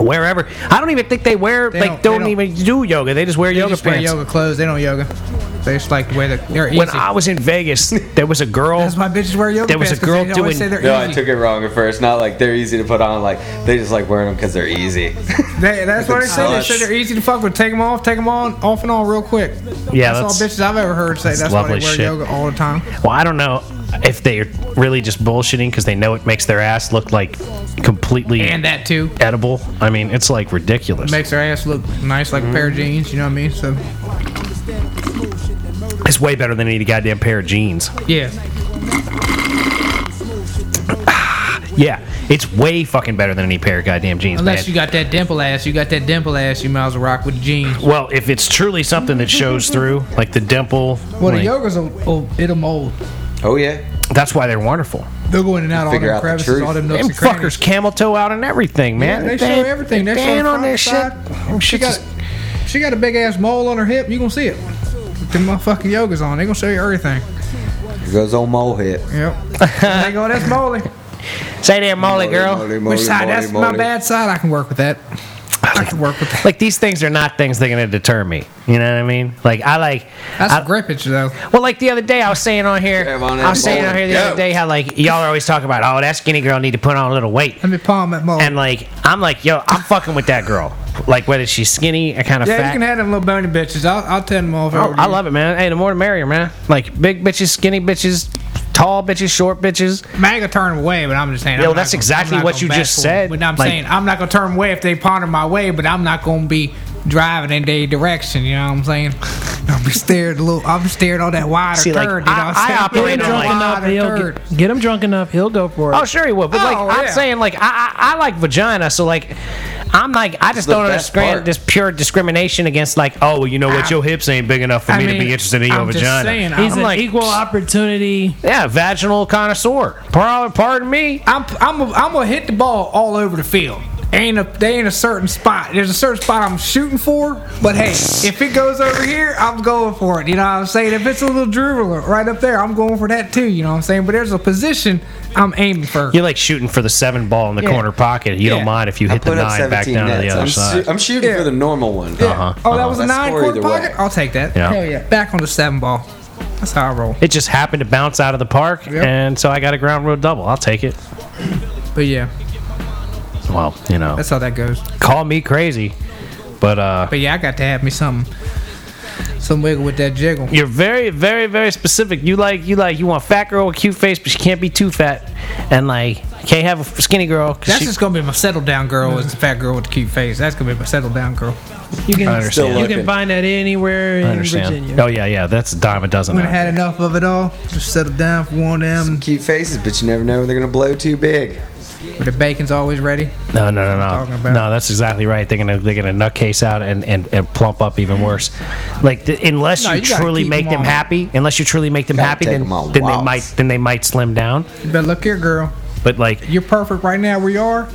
Speaker 1: wherever. I don't even think they wear. They
Speaker 4: don't-
Speaker 1: like,
Speaker 4: they
Speaker 1: don't,
Speaker 4: don't-
Speaker 1: even do yoga. They just wear
Speaker 4: They
Speaker 1: yoga
Speaker 4: just wear
Speaker 1: pants.
Speaker 4: yoga clothes. They don't yoga. They just like the way that they're easy.
Speaker 1: When I was in Vegas, there was a girl.
Speaker 4: That's why bitches wear yoga
Speaker 1: There was
Speaker 4: pants,
Speaker 1: a
Speaker 4: 'cause
Speaker 1: girl
Speaker 4: they always
Speaker 1: doing-
Speaker 4: say they're
Speaker 3: No, I
Speaker 4: easy.
Speaker 3: took it wrong at first. Not like they're easy to put on. Like they just like wearing them because they're easy.
Speaker 4: They, that's what they say. They say they're easy to fuck with. Take them off, take them on, off and on real quick.
Speaker 1: Yeah,
Speaker 4: that's, all
Speaker 1: that's-
Speaker 4: bitches I've ever heard say. That's, why they wear
Speaker 1: lovely shit.
Speaker 4: yoga all the time.
Speaker 1: Well, I don't know if they're really just bullshitting because they know it makes their ass look like completely
Speaker 4: And that too
Speaker 1: edible. I mean, it's like ridiculous.
Speaker 4: makes their ass look nice, like a pair
Speaker 1: Mm-hmm.
Speaker 4: of jeans. You know what I mean? So
Speaker 1: It's way better than any goddamn pair of jeans.
Speaker 4: yeah,
Speaker 1: Yeah, it's way fucking better than any pair of goddamn jeans,
Speaker 4: unless
Speaker 1: man.
Speaker 4: you got that dimple ass, you got that dimple ass. You might as well rock with jeans.
Speaker 1: well, if it's truly something that shows through, like the dimple,
Speaker 4: Well, the
Speaker 1: like-
Speaker 4: yogas will, will it'll mold.
Speaker 3: Oh yeah.
Speaker 1: that's why they're wonderful.
Speaker 4: They'll go in and out all
Speaker 3: Figure
Speaker 4: them
Speaker 3: out the
Speaker 4: crevices,
Speaker 3: truth.
Speaker 4: all them nooks
Speaker 1: Them
Speaker 4: and crannies.
Speaker 1: fuckers camel toe out and everything, man.
Speaker 4: Yeah, they show everything. They show
Speaker 1: ain't
Speaker 4: the
Speaker 1: on
Speaker 4: front
Speaker 1: their shit.
Speaker 4: side.
Speaker 1: Them
Speaker 4: She
Speaker 1: shit's
Speaker 4: got, she got a big ass mole on her hip. You gonna see it. The motherfucking yoga's on. They gonna show you everything.
Speaker 3: Here goes old mole hit.
Speaker 4: Yep. they go. That's moly.
Speaker 1: Say there, Molly girl.
Speaker 3: Molly, molly,
Speaker 4: Which side?
Speaker 3: molly,
Speaker 4: That's my
Speaker 3: molly.
Speaker 4: bad side. I can work with that. I can work with that.
Speaker 1: Like these things are not things that are gonna deter me. You know what I mean? Like I like
Speaker 4: That's
Speaker 1: I-
Speaker 4: grippage though.
Speaker 1: Well, like the other day, I was saying on here,
Speaker 3: Grab on
Speaker 1: I was
Speaker 3: that
Speaker 1: saying
Speaker 3: mole
Speaker 1: on here the
Speaker 3: and
Speaker 1: other
Speaker 3: go.
Speaker 1: day how like y'all are always talking about, oh, that skinny girl need to put on a little weight,
Speaker 4: Let me palm that mole.
Speaker 1: and like I'm like, yo, I'm fucking with that girl, like whether she's skinny or kind of
Speaker 4: yeah,
Speaker 1: fat.
Speaker 4: you can have them little bony bitches. I'll, I'll tend them off.
Speaker 1: Oh, I love it, man. Hey, the more the merrier, man. Like big bitches, skinny bitches, tall bitches, short bitches.
Speaker 4: it. Man, I can turn them away, but I'm just saying.
Speaker 1: Yo,
Speaker 4: I'm not
Speaker 1: that's
Speaker 4: gonna-
Speaker 1: exactly
Speaker 4: I'm not
Speaker 1: what
Speaker 4: gonna
Speaker 1: you
Speaker 4: back
Speaker 1: just
Speaker 4: for 'em.
Speaker 1: said.
Speaker 4: But I'm
Speaker 1: Like-
Speaker 4: saying I'm not gonna turn them away if they ponder my way, but I'm not gonna be driving in their direction. You know what I'm saying? I'm stared a little. I'm stared on that wider
Speaker 1: See, like,
Speaker 4: curd. you know
Speaker 1: I-
Speaker 4: what I'm "Ah,
Speaker 1: I
Speaker 4: saying?
Speaker 1: operate
Speaker 4: That
Speaker 1: on, like-
Speaker 4: wider
Speaker 2: Enough, he'll
Speaker 4: curd.
Speaker 2: get, get him drunk enough, he'll go for it.
Speaker 1: Oh, sure he would, but like
Speaker 4: Oh,
Speaker 1: I'm
Speaker 4: yeah.
Speaker 1: saying, like I, I I like vagina, so like I'm like I just
Speaker 3: the
Speaker 1: don't
Speaker 3: best
Speaker 1: understand
Speaker 3: part.
Speaker 1: this pure discrimination against like, oh, well, you know what,
Speaker 4: I-
Speaker 1: your hips ain't big enough for
Speaker 4: I
Speaker 1: me
Speaker 4: mean,
Speaker 1: to be interested in your
Speaker 4: I'm just
Speaker 1: vagina.
Speaker 4: saying,
Speaker 2: He's
Speaker 1: I'm
Speaker 2: an
Speaker 1: like
Speaker 2: equal opportunity.
Speaker 1: Yeah, vaginal connoisseur. Pardon, pardon me.
Speaker 4: I'm I'm a, I'm gonna hit the ball all over the field. Ain't a they ain't a certain spot. There's a certain spot I'm shooting for, but hey, if it goes over here, I'm going for it. You know what I'm saying? If it's a little dribbler right up there, I'm going for that too. You know what I'm saying? But there's a position I'm aiming for.
Speaker 1: You're like shooting for the seven ball in the
Speaker 4: Yeah.
Speaker 1: corner pocket. You
Speaker 4: Yeah.
Speaker 1: don't mind if you hit the
Speaker 3: Put up
Speaker 1: nine back
Speaker 3: 17
Speaker 1: down to
Speaker 3: nets.
Speaker 1: the other
Speaker 3: I'm,
Speaker 1: side.
Speaker 3: shoo- I'm shooting
Speaker 4: Yeah.
Speaker 3: for the normal one.
Speaker 1: Uh-huh.
Speaker 4: Oh, that
Speaker 1: uh-huh.
Speaker 4: was a
Speaker 3: Let's
Speaker 4: nine
Speaker 3: score
Speaker 4: quarter
Speaker 3: either way.
Speaker 4: pocket. I'll take that.
Speaker 1: Yeah.
Speaker 4: Hell yeah! Back on the seven ball. That's how I roll.
Speaker 1: it just happened to bounce out of the park,
Speaker 4: Yep.
Speaker 1: and so I got a ground rule double. I'll take it.
Speaker 4: But yeah,
Speaker 1: Well, you know,
Speaker 4: that's how that goes.
Speaker 1: call me crazy, but uh,
Speaker 4: But yeah, I got to have me some some wiggle with that jiggle.
Speaker 1: you're very, very, very specific. You like, you like, you want a fat girl with cute face, but she can't be too fat, and like can't have a f- skinny girl. 'cause
Speaker 4: That's
Speaker 1: she-
Speaker 4: just gonna be my settle down girl. Is the fat girl with the cute face? That's gonna be my settle down girl.
Speaker 2: You
Speaker 1: I
Speaker 2: can,
Speaker 1: understand.
Speaker 2: you
Speaker 3: Still
Speaker 2: can find that anywhere
Speaker 1: I
Speaker 2: in
Speaker 1: understand.
Speaker 2: Virginia.
Speaker 1: Oh yeah, yeah. That's a dime a dozen.
Speaker 4: When I
Speaker 1: out
Speaker 4: had enough of it all, just settle down for one of them.
Speaker 3: Cute faces, but you never know when they're gonna blow too big.
Speaker 4: The bacon's always ready.
Speaker 1: No, no, no,
Speaker 4: talking
Speaker 1: no.
Speaker 4: about.
Speaker 1: No, that's exactly right. They're gonna they're gonna nutcase out and, and, and plump up even worse. Like th- unless
Speaker 4: No,
Speaker 1: you,
Speaker 4: you gotta
Speaker 1: truly
Speaker 4: keep
Speaker 1: make
Speaker 4: them
Speaker 1: them
Speaker 4: on.
Speaker 1: happy, unless you truly make them
Speaker 3: Gotta
Speaker 1: happy,
Speaker 3: take
Speaker 1: then,
Speaker 3: them on
Speaker 1: then they
Speaker 3: walks.
Speaker 1: might then they might slim down.
Speaker 4: But look here, girl.
Speaker 1: But like
Speaker 4: You're perfect right now where you are,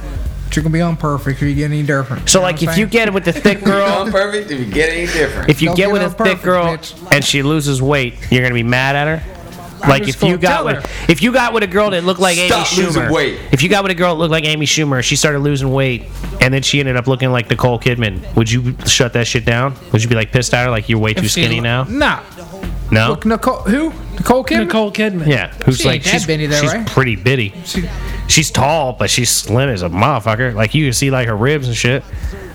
Speaker 4: but you're gonna be unperfect if you get any different.
Speaker 1: so
Speaker 4: know
Speaker 1: like
Speaker 4: what I'm
Speaker 1: if you
Speaker 4: saying?
Speaker 1: get it with the thick
Speaker 3: Girl,
Speaker 1: girl,
Speaker 3: perfect. If you get any different,
Speaker 1: if you
Speaker 4: Don't
Speaker 1: get
Speaker 4: get
Speaker 1: with a
Speaker 4: all
Speaker 1: thick
Speaker 4: perfect,
Speaker 1: girl
Speaker 4: bitch.
Speaker 1: and she loses weight, you're gonna be mad at her. Like
Speaker 4: just
Speaker 1: if you
Speaker 4: gonna
Speaker 1: got
Speaker 4: tell
Speaker 1: with
Speaker 4: her.
Speaker 1: if you got with a girl that looked like
Speaker 3: Stop
Speaker 1: Amy
Speaker 3: losing
Speaker 1: Schumer,
Speaker 3: weight.
Speaker 1: if you got with a girl that looked like Amy Schumer, she started losing weight, and then she ended up looking like Nicole Kidman. Would you shut that shit down? Would you be like pissed at her, like you're way too
Speaker 4: If she-
Speaker 1: skinny now? Oh.
Speaker 4: Nah.
Speaker 1: No.
Speaker 4: Look, Nicole, who? Nicole Kidman.
Speaker 2: Nicole Kidman.
Speaker 1: Yeah, who's
Speaker 4: She ain't
Speaker 1: like
Speaker 4: that
Speaker 1: she's,
Speaker 4: bitty though,
Speaker 1: she's
Speaker 4: right?
Speaker 1: pretty bitty.
Speaker 4: She,
Speaker 1: She's tall, but she's slim as a motherfucker. Like you can see like her ribs and shit.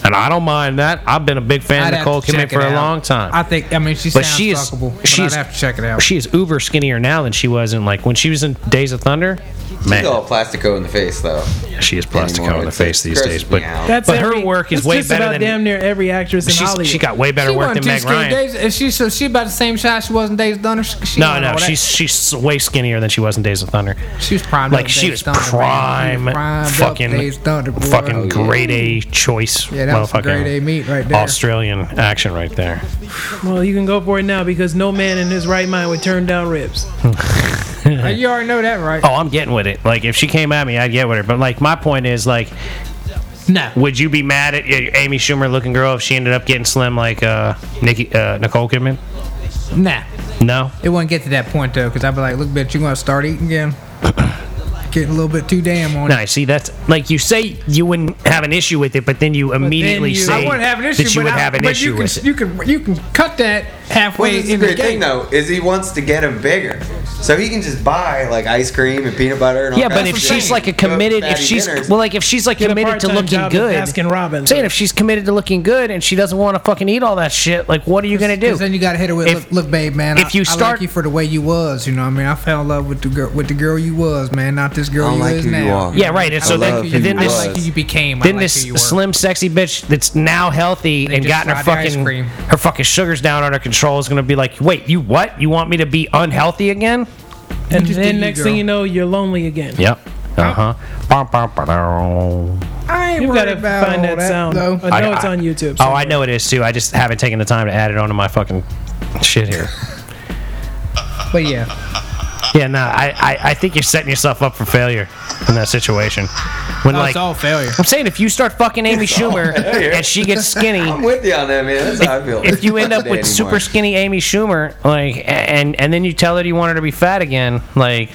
Speaker 1: and I don't mind that. I've been a big fan
Speaker 4: I'd
Speaker 1: of
Speaker 4: have
Speaker 1: Nicole
Speaker 4: to
Speaker 1: Kidman
Speaker 4: check
Speaker 1: for
Speaker 4: it
Speaker 1: a
Speaker 4: out.
Speaker 1: long time.
Speaker 4: I think. I mean, she
Speaker 1: but
Speaker 4: sounds
Speaker 1: she is
Speaker 4: fuckable. But
Speaker 1: she is
Speaker 4: I'd have to check it out.
Speaker 1: She is uber skinnier now than she was in like when she was in Days of Thunder.
Speaker 3: She's all
Speaker 1: Man,
Speaker 3: plastico in the face, though.
Speaker 1: she is plastico
Speaker 3: Anymore.
Speaker 1: in the face these
Speaker 3: Gross
Speaker 1: days.
Speaker 3: me
Speaker 1: But
Speaker 3: out.
Speaker 2: That's
Speaker 1: But her
Speaker 2: every,
Speaker 1: work is
Speaker 2: that's
Speaker 1: way
Speaker 2: just
Speaker 1: better
Speaker 2: about
Speaker 1: than-
Speaker 2: damn near every actress in Hollywood.
Speaker 1: she's, she got way better
Speaker 4: She
Speaker 1: work than
Speaker 4: wasn't too
Speaker 1: Meg
Speaker 4: skinny.
Speaker 1: Ryan.
Speaker 4: Days- if she so she about the same size she was in Days of Thunder. She
Speaker 1: no,
Speaker 4: wasn't
Speaker 1: no,
Speaker 4: all that-
Speaker 1: she's she's way skinnier than she was in Days of Thunder.
Speaker 4: she was prime.
Speaker 1: Like she was prime, fucking,
Speaker 4: Days of Thunder, boy.
Speaker 1: fucking
Speaker 3: Oh, yeah.
Speaker 1: grade A choice,
Speaker 4: Yeah, that was some
Speaker 1: motherfucking
Speaker 4: grade A meat right there.
Speaker 1: Australian action right there.
Speaker 2: well, you can go for it now because no man in his right mind would turn down ribs.
Speaker 4: Uh, You already know that, right?
Speaker 1: Oh, I'm getting with it. Like if she came at me, I'd get with her. But like my point is, like,
Speaker 4: no.
Speaker 1: would you be mad at uh, Amy Schumer looking girl if she ended up getting slim like uh, Nikki uh, Nicole Kidman?
Speaker 4: Nah.
Speaker 1: No.
Speaker 4: It wouldn't get to that point though, because I'd be like, look, bitch, you gonna start eating again? Getting a little bit too damn on.
Speaker 1: No,
Speaker 4: it.
Speaker 1: I see, that's like you say you wouldn't have an issue with it, but then you immediately
Speaker 2: you-
Speaker 1: say
Speaker 4: I wouldn't have an issue,
Speaker 1: that you
Speaker 4: but
Speaker 1: would
Speaker 4: I-
Speaker 1: have an
Speaker 4: but
Speaker 1: issue
Speaker 4: you can,
Speaker 1: with it.
Speaker 4: You can you can cut that
Speaker 3: Well, this
Speaker 4: halfway
Speaker 3: is the
Speaker 4: in the
Speaker 3: great thing
Speaker 4: game.
Speaker 3: though is he wants to get him bigger, so he can just buy like ice cream and peanut butter. And all
Speaker 1: Yeah, but
Speaker 3: kinds
Speaker 1: if
Speaker 3: of
Speaker 1: she's
Speaker 3: things.
Speaker 1: like a
Speaker 3: Go to
Speaker 1: committed, if
Speaker 3: fatty
Speaker 1: she's
Speaker 3: dinners.
Speaker 1: well, like if she's like
Speaker 2: Get a
Speaker 1: committed to
Speaker 2: part-time
Speaker 1: looking
Speaker 2: job at
Speaker 1: good,
Speaker 2: Baskin Robbins.
Speaker 1: saying if she's committed to looking good and she doesn't want to fucking eat all that shit, like what are you gonna do?
Speaker 4: Because then you gotta hit her with,
Speaker 1: If-
Speaker 4: look, look, babe, man.
Speaker 1: if
Speaker 4: I-
Speaker 1: you
Speaker 4: I
Speaker 1: start-
Speaker 4: like you for the way you was, you know. what I mean, I fell in love with the girl, with the girl you was, man, not this girl
Speaker 3: I don't
Speaker 4: you
Speaker 3: like
Speaker 4: is
Speaker 3: who you
Speaker 4: now.
Speaker 3: are.
Speaker 1: Yeah, right. And
Speaker 4: I
Speaker 1: so
Speaker 4: like
Speaker 1: then,
Speaker 4: who you
Speaker 1: then
Speaker 4: was.
Speaker 1: this,
Speaker 4: I like who you became.
Speaker 1: then
Speaker 4: I like
Speaker 1: this
Speaker 4: who you were.
Speaker 1: slim, sexy bitch that's now healthy and
Speaker 4: just
Speaker 1: gotten her
Speaker 4: fried the ice
Speaker 1: fucking
Speaker 4: cream.
Speaker 1: her fucking sugars down under control is gonna be like, wait, you what? You want me to be unhealthy again?
Speaker 2: And
Speaker 4: just
Speaker 2: then
Speaker 4: do you,
Speaker 2: next
Speaker 4: girl.
Speaker 2: thing you know, you're lonely again.
Speaker 1: Yep. Uh huh.
Speaker 4: I ain't
Speaker 2: You've got
Speaker 4: worried
Speaker 2: to
Speaker 4: about
Speaker 2: find
Speaker 4: all
Speaker 2: that, sound.
Speaker 4: though.
Speaker 2: I know it's on YouTube.
Speaker 1: Oh,
Speaker 2: somewhere.
Speaker 1: I know it is too. I just haven't taken the time to add it onto my fucking shit here.
Speaker 4: But yeah,
Speaker 1: Yeah, no, I, I, I think you're setting yourself up for failure in that situation. When
Speaker 4: no,
Speaker 1: like
Speaker 4: it's all failure.
Speaker 1: I'm saying, if you start fucking Amy Schumer and she gets skinny,
Speaker 3: I'm with you on that, man. That's how I feel.
Speaker 1: if you end up
Speaker 3: Today
Speaker 1: with super
Speaker 3: anymore.
Speaker 1: skinny Amy Schumer, like, a- and and then you tell her you want her to be fat again, like,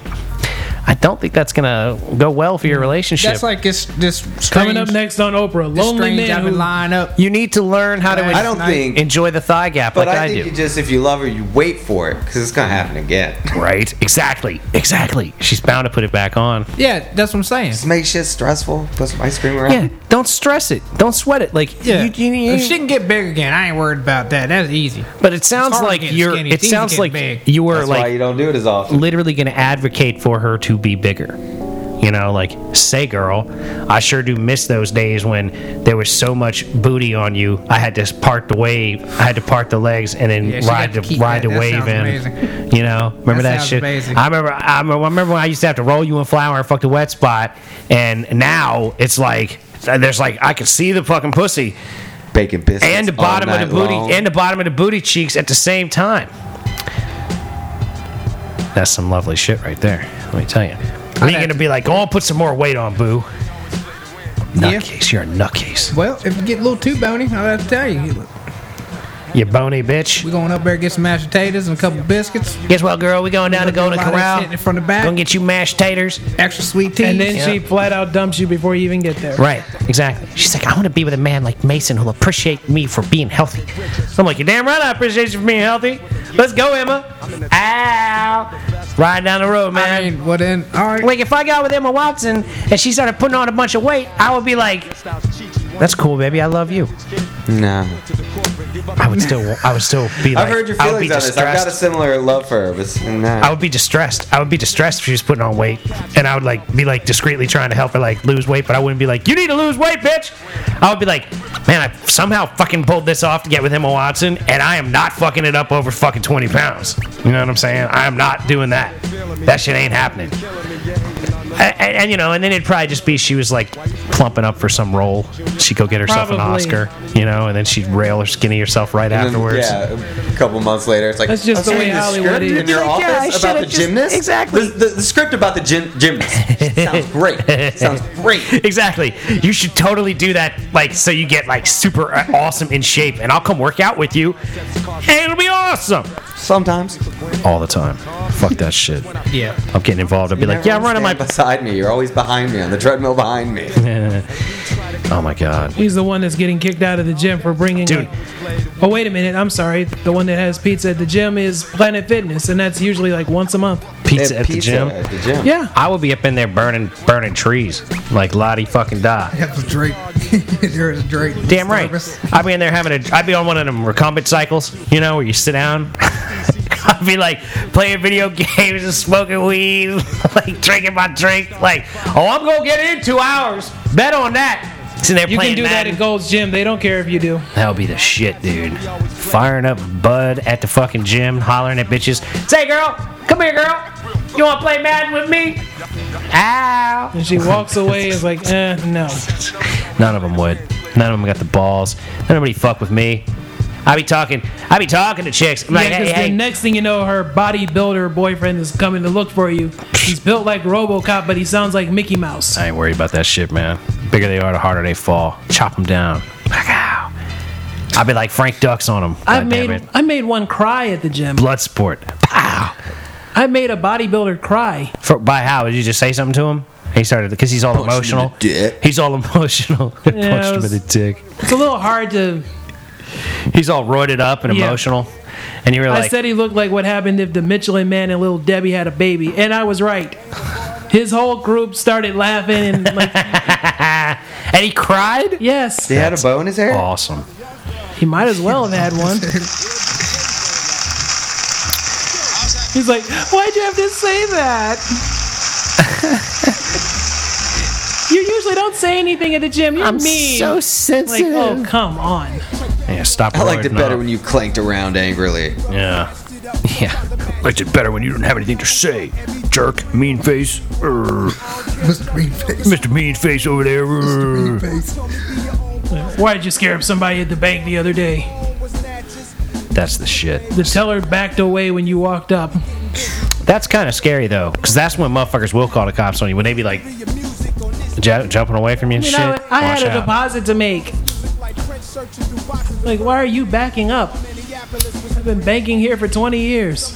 Speaker 1: I don't think that's gonna go well for your relationship.
Speaker 4: That's like this. This strange,
Speaker 2: Coming up next on Oprah,
Speaker 4: this
Speaker 2: lonely
Speaker 4: strange I've
Speaker 2: man
Speaker 4: been
Speaker 2: who
Speaker 4: lying up.
Speaker 1: you need to learn how to
Speaker 4: I
Speaker 3: I don't think,
Speaker 1: enjoy the thigh gap
Speaker 3: but
Speaker 1: like
Speaker 3: I
Speaker 1: I,
Speaker 3: think
Speaker 1: do.
Speaker 3: you just if you love her, you wait for it because it's gonna happen again.
Speaker 1: right? Exactly. Exactly. She's bound to put it back on.
Speaker 4: Yeah, that's what I'm saying.
Speaker 3: Just make shit stressful. Put some ice cream around.
Speaker 1: Yeah. Don't stress it. Don't sweat it. Like
Speaker 4: Yeah,
Speaker 1: you, you, you,
Speaker 4: if she can get big again, I ain't worried about that. That's easy.
Speaker 1: But it sounds
Speaker 4: hard
Speaker 1: like
Speaker 4: getting
Speaker 1: you're.
Speaker 4: skinny.
Speaker 1: It
Speaker 4: Things
Speaker 1: sounds
Speaker 4: get
Speaker 1: like
Speaker 4: big.
Speaker 1: you were
Speaker 3: That's why you
Speaker 1: like
Speaker 3: don't do it as often.
Speaker 1: literally going to advocate for her to be bigger. You know, like say, girl, I sure do miss those days when there was so much booty on you. I had to part the wave. I had to part the legs and then
Speaker 4: Yeah, she
Speaker 1: ride
Speaker 4: got to
Speaker 1: the
Speaker 4: keep
Speaker 1: ride
Speaker 4: that.
Speaker 1: the
Speaker 4: That
Speaker 1: wave
Speaker 4: sounds
Speaker 1: in.
Speaker 4: amazing.
Speaker 1: You know, remember that,
Speaker 4: That sounds
Speaker 1: shit.
Speaker 4: amazing.
Speaker 1: I remember. I remember I remember when I used to have to roll you in flour and fuck the wet spot, and now it's like there's like I can see the fucking pussy
Speaker 3: Bacon biscuits
Speaker 1: and the
Speaker 3: all
Speaker 1: bottom of the
Speaker 3: night
Speaker 1: booty
Speaker 3: long.
Speaker 1: and the bottom of the booty cheeks at the same time. That's some lovely shit right there. Let me tell you. Are you
Speaker 4: have
Speaker 1: gonna
Speaker 4: to-
Speaker 1: be like, oh, I'll put some more weight on, boo?
Speaker 4: Yeah.
Speaker 1: Nutcase, you're a nutcase.
Speaker 4: Well, if you get a little too bony, I'll have to tell you.
Speaker 1: You bony bitch.
Speaker 4: We're going up there get some mashed potatoes and a couple biscuits,
Speaker 1: Guess what, girl? We going down to
Speaker 4: We're gonna
Speaker 1: Golden
Speaker 4: do a lot of
Speaker 1: Corral.
Speaker 4: shit in front of back.
Speaker 1: Gonna get you mashed taters.
Speaker 4: extra sweet tea.
Speaker 2: and then
Speaker 1: Yeah.
Speaker 2: she flat out dumps you before you even get there.
Speaker 1: Right, exactly. She's like, I want to be with a man like Mason who'll appreciate me for being healthy. So I'm like, you're damn right I appreciate you for being healthy. Let's go, Emma. Ow. Ride down the road, man.
Speaker 4: I mean, well then, all right.
Speaker 1: Like if I got with Emma Watson and she started putting on a bunch of weight, I would be like, "That's cool, baby. I love you."
Speaker 3: Nah.
Speaker 1: I would still, I would still be. Like,
Speaker 3: I've heard your
Speaker 1: I would
Speaker 3: feelings
Speaker 1: be
Speaker 3: on this. I've got a
Speaker 1: distressed.
Speaker 3: similar love for her, but it's not.
Speaker 1: I would be distressed. I would be distressed if she was putting on weight, and I would like be like discreetly trying to help her like lose weight, but I wouldn't be like, "You need to lose weight, bitch." I would be like, "Man, I somehow fucking pulled this off to get with Emma Watson, and I am not fucking it up over fucking twenty pounds." You know what I'm saying? I am not doing that. That shit ain't happening. And, and, and, you know, and then it'd probably just be she was like plumping up for some role. She'd go get herself an
Speaker 2: Probably.
Speaker 1: Oscar, you know, and then she'd rail her skinny herself right
Speaker 3: And then,
Speaker 1: afterwards.
Speaker 3: Yeah, a couple months later, it's like
Speaker 2: That's just
Speaker 3: "I'm
Speaker 2: the way
Speaker 3: reading
Speaker 2: Hollywood
Speaker 3: script
Speaker 2: is."
Speaker 3: In your
Speaker 1: Like, yeah, I
Speaker 3: office about
Speaker 1: should've
Speaker 3: the
Speaker 1: just-
Speaker 3: gymnast,
Speaker 1: exactly.
Speaker 3: The, the, the script about the gym, gymnast sounds great. sounds great.
Speaker 1: Exactly. You should totally do that, like, so you get like super uh, awesome in shape, and I'll come work out with you, and it'll be awesome.
Speaker 3: Sometimes
Speaker 5: all the time. Fuck that shit.
Speaker 4: Yeah.
Speaker 1: I'm getting involved. I'll be like, yeah, I'm running my.
Speaker 3: Stand beside me. You're always behind me on the treadmill behind me.
Speaker 5: Oh my god.
Speaker 2: He's the one that's getting kicked out of the gym for bringing.
Speaker 5: Dude.
Speaker 2: a- oh wait a minute, I'm sorry. The one that has pizza at the gym is Planet Fitness, and that's usually like once a month.
Speaker 5: Pizza
Speaker 3: And
Speaker 5: at
Speaker 3: pizza
Speaker 5: the gym.
Speaker 3: At the gym.
Speaker 2: Yeah,
Speaker 1: I would be up in there burning burning trees like Lottie fucking die.
Speaker 4: That was Drake. You're a Drake.
Speaker 1: Damn right.
Speaker 4: service.
Speaker 1: I'd be in there having a. I'd be on one of them recumbent cycles, you know, where you sit down. I'd be like playing video games and smoking weed, like drinking my drink. Like, oh, I'm gonna get it in two hours. Bet on that. Sitting there
Speaker 2: you
Speaker 1: playing
Speaker 2: can do that
Speaker 1: Madden.
Speaker 2: at Gold's Gym. They don't care if you do.
Speaker 1: That'll be the shit, dude. Firing up Bud at the fucking gym, hollering at bitches. Say, girl, come here, girl. You want to play Madden with me? Ow.
Speaker 2: And she walks away is like, eh, no.
Speaker 1: None of them would. None of them got the balls. Nobody fuck with me. I be talking. I be talking to chicks. I'm
Speaker 2: Yeah,
Speaker 1: like, hey,
Speaker 2: 'cause the
Speaker 1: hey.
Speaker 2: next thing you know, her bodybuilder boyfriend is coming to look for you. He's built like RoboCop, but he sounds like Mickey Mouse.
Speaker 5: I ain't worried about that shit, man.
Speaker 1: bigger they are, the harder they fall. Chop them down. Ow. I'd be like Frank Ducks on them.
Speaker 2: I made I made one cry at the gym.
Speaker 1: blood sport. Pow.
Speaker 2: I made a bodybuilder cry.
Speaker 1: For, by how? Did you just say something to him? He started because he's all
Speaker 3: him in
Speaker 1: emotional.
Speaker 3: the dick.
Speaker 1: He's all emotional. Punched
Speaker 2: it
Speaker 1: him in
Speaker 2: was-
Speaker 1: the dick.
Speaker 2: It's a little hard to.
Speaker 1: He's all roided up and
Speaker 2: Yeah.
Speaker 1: emotional. And you were
Speaker 2: I
Speaker 1: like,
Speaker 2: said he looked like what happened if the Michelin Man and Little Debbie had a baby, and I was right. His whole group started laughing and like,
Speaker 1: and he cried.
Speaker 2: yes,
Speaker 3: He had a bow in his hair.
Speaker 1: Awesome.
Speaker 2: he might as well have had one. He's like, why'd you have to say that? you usually don't say anything at the gym. You're mean. like,
Speaker 1: sensitive.
Speaker 2: oh come on.
Speaker 1: yeah, stop.
Speaker 3: I liked it
Speaker 1: roiding
Speaker 3: better
Speaker 1: up.
Speaker 3: when you clanked around angrily.
Speaker 1: Yeah. Yeah. Liked it better when you didn't have anything to say. Jerk, mean face. Err.
Speaker 4: Mr. Mean Face.
Speaker 1: Mr. Mean Face over there. er,
Speaker 4: Mean
Speaker 1: Err.
Speaker 4: Face.
Speaker 2: Why'd you scare up somebody at the bank the other day?
Speaker 1: That's the shit.
Speaker 2: The teller backed away when you walked up.
Speaker 1: That's kind of scary though, because that's when motherfuckers will call the cops on you when they be like ju- jumping away from you and
Speaker 2: You
Speaker 1: shit.
Speaker 2: know, I
Speaker 1: Watch
Speaker 2: had a
Speaker 1: out.
Speaker 2: deposit to make. Like, why are you backing up? I've been banking here for 20 years.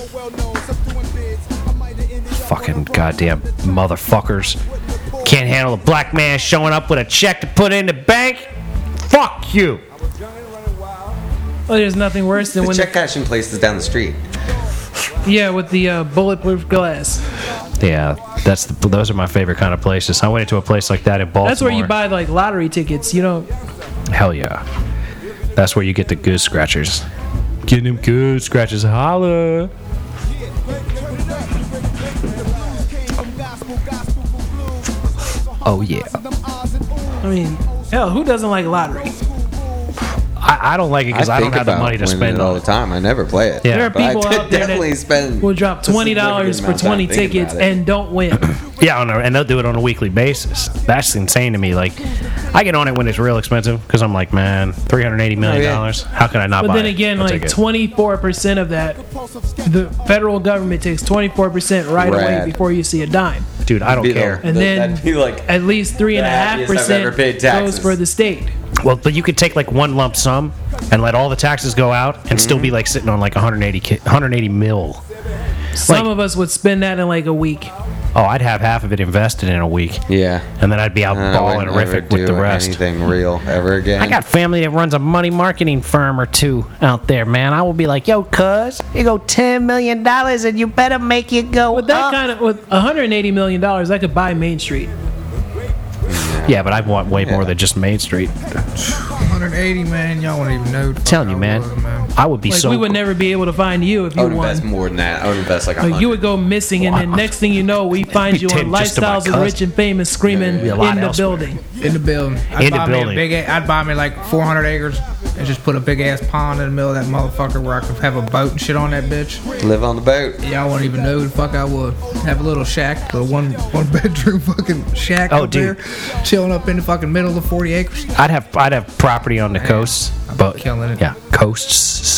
Speaker 1: Fucking goddamn motherfuckers. Can't handle a black man showing up with a check to put in the bank. Fuck you.
Speaker 2: Well, there's nothing worse than
Speaker 3: The
Speaker 2: when,
Speaker 3: check cashing place is down the street.
Speaker 2: yeah, with the uh, bulletproof glass.
Speaker 1: Yeah, that's the, those are my favorite kind of places. I went into a place like that in Baltimore.
Speaker 2: That's where you buy like lottery tickets. You know,
Speaker 1: Hell yeah. That's where you get the good scratchers. Getting them good scratchers. Holla. Oh yeah.
Speaker 2: I mean, hell, who doesn't like lottery?
Speaker 1: I, I don't like it because I, don't
Speaker 3: think
Speaker 1: have the
Speaker 3: about uh,
Speaker 1: money to
Speaker 3: winning
Speaker 1: spend
Speaker 3: it all
Speaker 1: on
Speaker 3: the
Speaker 1: it.
Speaker 3: time. I never play it.
Speaker 1: Yeah. There are
Speaker 3: But I
Speaker 2: people out there that
Speaker 3: definitely spend.
Speaker 2: We'll drop
Speaker 3: a significant
Speaker 2: $20 for
Speaker 3: amount of
Speaker 2: 20
Speaker 3: time thinking
Speaker 2: tickets
Speaker 3: about it.
Speaker 2: and don't win.
Speaker 1: Yeah, on a, and they'll do it on a weekly basis. That's insane to me. Like, I get on it when it's real expensive because I'm like, man, three hundred eighty million
Speaker 3: Oh,
Speaker 1: dollars. How can I not
Speaker 2: But
Speaker 1: buy
Speaker 2: then
Speaker 1: it?
Speaker 2: again,
Speaker 1: I'll
Speaker 2: like
Speaker 1: take it.
Speaker 2: 24% of that, the federal government takes 24% right away
Speaker 3: Rad.
Speaker 2: before you see a dime.
Speaker 1: dude, I don't
Speaker 3: be
Speaker 1: care.
Speaker 3: there.
Speaker 2: And
Speaker 3: That-
Speaker 2: then
Speaker 3: that'd be like
Speaker 2: at least three and a
Speaker 3: the
Speaker 2: half
Speaker 3: happiest I've ever
Speaker 2: percent
Speaker 3: paid
Speaker 2: goes
Speaker 3: taxes.
Speaker 2: for the state.
Speaker 1: Well, but you could take like one lump sum and let all the taxes go out and still
Speaker 3: Mm-hmm.
Speaker 1: be like sitting on like 180 ki- 180 mil.
Speaker 2: Some
Speaker 1: Like-
Speaker 2: of us would spend that in like a week.
Speaker 1: Oh, I'd have half of it invested in a week,
Speaker 3: Yeah.
Speaker 1: and then I'd be out
Speaker 3: And I
Speaker 1: balling
Speaker 3: wouldn't ever
Speaker 1: horrific with
Speaker 3: do
Speaker 1: the rest.
Speaker 3: Anything real ever again?
Speaker 1: I got family that runs a money marketing firm or two out there, man. I will be like, yo, cuz, you go ten million dollars, and you better make it go
Speaker 2: With that kind of with 180 million dollars, I could buy Main Street.
Speaker 1: yeah, but I want way more than just Main Street.
Speaker 4: 180, man. Y'all wouldn't even know.
Speaker 1: telling you, man, I would be
Speaker 2: Like
Speaker 1: so.
Speaker 2: we would never be able to find you if
Speaker 3: I
Speaker 2: you
Speaker 3: would invest
Speaker 2: won.
Speaker 3: more than that. I would invest like a
Speaker 2: Like
Speaker 3: hundred.
Speaker 2: you would go missing, and then next thing you know, we find you on
Speaker 1: ten just to my
Speaker 2: lifestyles of
Speaker 1: cousin.
Speaker 2: rich and famous, screaming
Speaker 1: be a lot
Speaker 2: in the
Speaker 1: elsewhere.
Speaker 2: building.
Speaker 4: In the building. I'd
Speaker 1: In the
Speaker 4: buy Me
Speaker 1: building.
Speaker 4: a big, a- I'd buy me like 400 acres and just put a big ass pond in the middle of that motherfucker where I could have a boat and shit on that bitch.
Speaker 3: live on the boat.
Speaker 4: Y'all wouldn't even know who the fuck I would. Have a little shack, little one one bedroom fucking shack
Speaker 1: Oh,
Speaker 4: up
Speaker 1: dude.
Speaker 4: there, chilling up in the fucking middle of the 40 acres.
Speaker 1: I'd have I'd have property on the coast, but
Speaker 4: killing it.
Speaker 1: yeah, coasts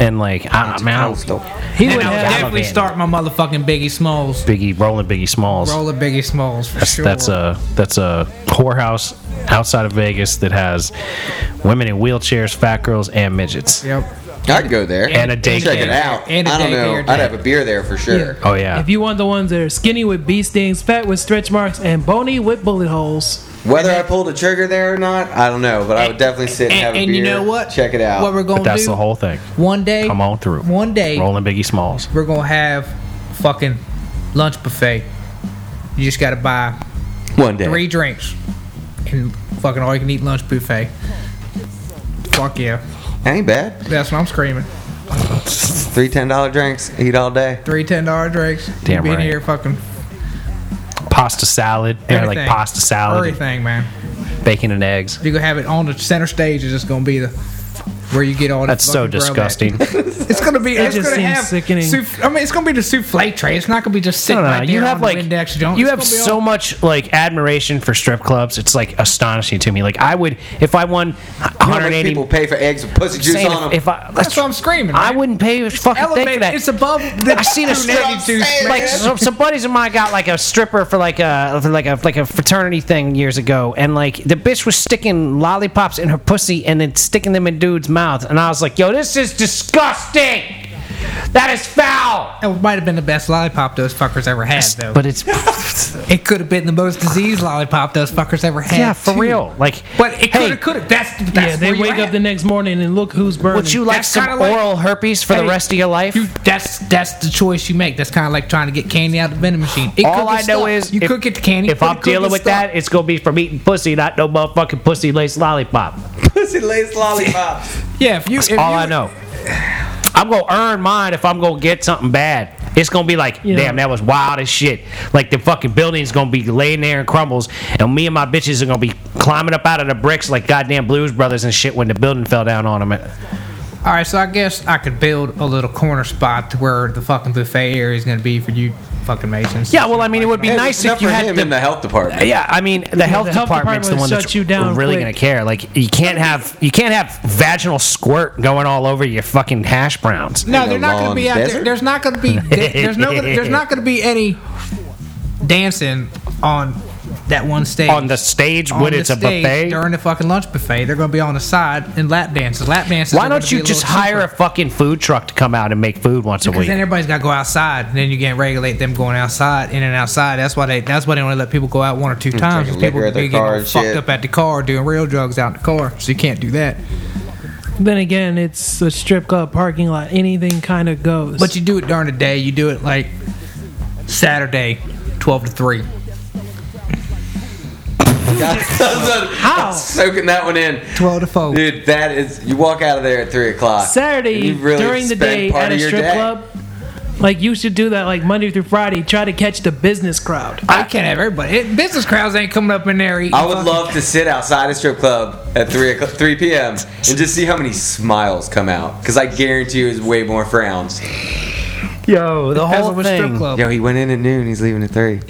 Speaker 1: and like I, man, I don't-
Speaker 2: He
Speaker 4: And
Speaker 2: would
Speaker 4: I would
Speaker 1: have-
Speaker 4: definitely
Speaker 1: Gallivan.
Speaker 4: start my motherfucking Biggie Smalls.
Speaker 1: Biggie rolling Biggie Smalls.
Speaker 4: Roll a Biggie Smalls for
Speaker 1: That's,
Speaker 4: sure.
Speaker 1: that's a that's a whorehouse outside of Vegas that has women in wheelchairs, fat girls, and midgets.
Speaker 4: Yep.
Speaker 3: I'd go there
Speaker 1: And a
Speaker 3: Check
Speaker 1: daycare.
Speaker 3: it out.
Speaker 4: And a
Speaker 3: I don't know.
Speaker 4: daycare,
Speaker 3: I'd
Speaker 4: yeah.
Speaker 3: have a beer there for sure.
Speaker 1: Oh yeah,
Speaker 2: If you want the ones that are skinny with bee stings, fat with stretch marks, and bony with bullet holes,
Speaker 3: Whether I pulled a trigger there or not, I don't know, but I would definitely sit and,
Speaker 4: And,
Speaker 3: have a
Speaker 4: and you
Speaker 3: beer,
Speaker 4: know what?
Speaker 3: Check it out.
Speaker 4: What we're gonna
Speaker 1: But that's
Speaker 4: do?
Speaker 1: the whole thing.
Speaker 4: One day.
Speaker 1: Come on through.
Speaker 4: One day.
Speaker 1: Rolling Biggie Smalls.
Speaker 4: we're gonna have fucking lunch buffet. You just gotta buy
Speaker 3: One day.
Speaker 4: three drinks and fucking all you can eat lunch buffet. Fuck yeah.
Speaker 3: Ain't bad.
Speaker 4: That's what I'm screaming.
Speaker 3: Three ten dollar drinks, eat all day.
Speaker 4: Three ten dollar drinks.
Speaker 1: Damn
Speaker 4: you
Speaker 1: right.
Speaker 4: here fucking
Speaker 1: Pasta salad. You know, like
Speaker 4: everything.
Speaker 1: pasta salad, and
Speaker 4: Everything, man.
Speaker 1: bacon and eggs.
Speaker 4: You're gonna have it on the center stage. It's just gonna be the where you get all. the
Speaker 1: That's so
Speaker 4: fucking grub at.
Speaker 1: disgusting.
Speaker 4: It's gonna be. It it's
Speaker 2: just
Speaker 4: gonna
Speaker 2: seems
Speaker 4: have
Speaker 2: sickening.
Speaker 4: Souff- I mean, it's gonna be the souffle tray. It's not gonna be just
Speaker 1: I
Speaker 4: sitting
Speaker 1: don't know.
Speaker 4: right there
Speaker 1: you have
Speaker 4: on
Speaker 1: like
Speaker 4: the index. Jones.
Speaker 1: you
Speaker 4: It's
Speaker 1: have
Speaker 4: gonna be
Speaker 1: so
Speaker 4: all-
Speaker 1: much like admiration for strip clubs. It's like astonishing to me. Like I would if I won
Speaker 3: You know how much
Speaker 1: 180.
Speaker 3: people pay for eggs with pussy juice
Speaker 1: saying
Speaker 3: on
Speaker 1: if,
Speaker 3: them.
Speaker 1: if I,
Speaker 4: That's what I'm screaming.
Speaker 1: I
Speaker 4: man.
Speaker 1: wouldn't pay a fucking thing for
Speaker 4: Elevate.
Speaker 1: that.
Speaker 4: It's above. The
Speaker 1: I seen a strip- like some, some buddies of mine got like a stripper for like a for like a like a fraternity thing years ago, and like the bitch was sticking lollipops in her pussy and then sticking them in dudes' mouths, and I was like, "Yo, this is disgusting. That is foul."
Speaker 4: It might have been the best lollipop those fuckers ever had, though.
Speaker 1: But it's
Speaker 4: it could have been the most diseased lollipop those fuckers ever had.
Speaker 1: yeah, for
Speaker 4: too.
Speaker 1: real. Like,
Speaker 4: But it could
Speaker 1: hey,
Speaker 4: have, could have. That's, that's
Speaker 2: Yeah, they
Speaker 4: where you
Speaker 2: wake up
Speaker 4: at.
Speaker 2: the next morning and look who's burning.
Speaker 1: would you like
Speaker 4: That's
Speaker 1: some
Speaker 4: kinda like-
Speaker 1: oral herpes for the
Speaker 4: Hey,
Speaker 1: rest of your life?
Speaker 4: You, that's that's the choice you make. That's kind of like trying to get candy out of the vending machine. It could
Speaker 1: All
Speaker 4: get
Speaker 1: I know
Speaker 4: stuck.
Speaker 1: is
Speaker 4: you
Speaker 1: if,
Speaker 4: could get the candy.
Speaker 1: If
Speaker 4: but it
Speaker 1: I'm
Speaker 4: could get
Speaker 1: dealing with
Speaker 4: stuck.
Speaker 1: that, it's gonna be from eating pussy, not no motherfucking pussy laced lollipop.
Speaker 3: pussy lace lollipops.
Speaker 4: yeah. If you, if
Speaker 1: all
Speaker 4: you,
Speaker 1: I know. I'm gonna earn mine if I'm gonna get something bad. It's gonna be like,
Speaker 2: Yeah.
Speaker 1: damn, that was wild as shit. Like the fucking building's gonna be laying there and crumbles, and me and my bitches are gonna be climbing up out of the bricks like goddamn Blues Brothers and shit when the building fell down on them.
Speaker 4: All right, so I guess I could build a little corner spot to where the fucking buffet area is going to be for you, fucking masons.
Speaker 1: Yeah, well, I mean, it would be
Speaker 3: Hey,
Speaker 1: nice
Speaker 3: enough
Speaker 1: if you
Speaker 3: for
Speaker 1: had
Speaker 3: him
Speaker 1: the-
Speaker 3: in the health department.
Speaker 1: Yeah, I mean the health
Speaker 2: the health
Speaker 1: department's the
Speaker 2: department
Speaker 1: one
Speaker 2: shut
Speaker 1: that's
Speaker 2: you down
Speaker 1: really
Speaker 2: quick.
Speaker 1: gonna care. Like you can't have you can't have vaginal squirt going all over your fucking hash browns.
Speaker 4: No,
Speaker 3: In
Speaker 4: they're
Speaker 3: a
Speaker 4: not going to
Speaker 3: long
Speaker 4: be out there.
Speaker 3: desert?
Speaker 4: There's not going to be. there- There's no. There's not going to be any dancing on that one stage.
Speaker 1: On the stage
Speaker 4: On
Speaker 1: when
Speaker 4: the
Speaker 1: it's a
Speaker 4: stage
Speaker 1: buffet.
Speaker 4: during the fucking lunch buffet, they're going to be on the side and lap dances. Lap dances.
Speaker 1: Why don't you just hire a fucking food truck to come out and make food once a
Speaker 4: Because
Speaker 1: week?
Speaker 4: then everybody's got to go outside, and then you can't regulate them going outside, in and outside. That's why they. That's why they only let people go out one or two
Speaker 3: Mm,
Speaker 4: times.
Speaker 3: drinking
Speaker 4: People
Speaker 3: liquor at their
Speaker 4: be getting
Speaker 3: car
Speaker 4: all
Speaker 3: and
Speaker 4: fucked
Speaker 3: shit.
Speaker 4: up at the car, doing real drugs out in the car. So you can't do that.
Speaker 2: Then again, it's a strip club parking lot. Anything kind of goes.
Speaker 4: But you do it during the day. You do it like Saturday, twelve to three.
Speaker 3: How? Soaking that one in.
Speaker 4: 12 to 4.
Speaker 3: Dude, that is. You walk out of there at 3 o'clock. and
Speaker 2: Saturday
Speaker 3: you really
Speaker 2: during the
Speaker 3: spend
Speaker 2: day
Speaker 3: part
Speaker 2: at
Speaker 3: of
Speaker 2: a
Speaker 3: your
Speaker 2: strip
Speaker 3: day.
Speaker 2: club. Like you should do that, like Monday through Friday. Try to catch the business crowd.
Speaker 4: I can't have everybody. It, business crowds ain't coming up in there. Eating
Speaker 3: I would
Speaker 4: fucking-
Speaker 3: love to sit outside a strip club at 3 o'clock, 3 p.m. and just see how many smiles come out. Because I guarantee you it's way more frowns.
Speaker 1: Yo, the
Speaker 4: Depends on which strip club.
Speaker 3: Yo, he went in at noon, he's leaving at 3.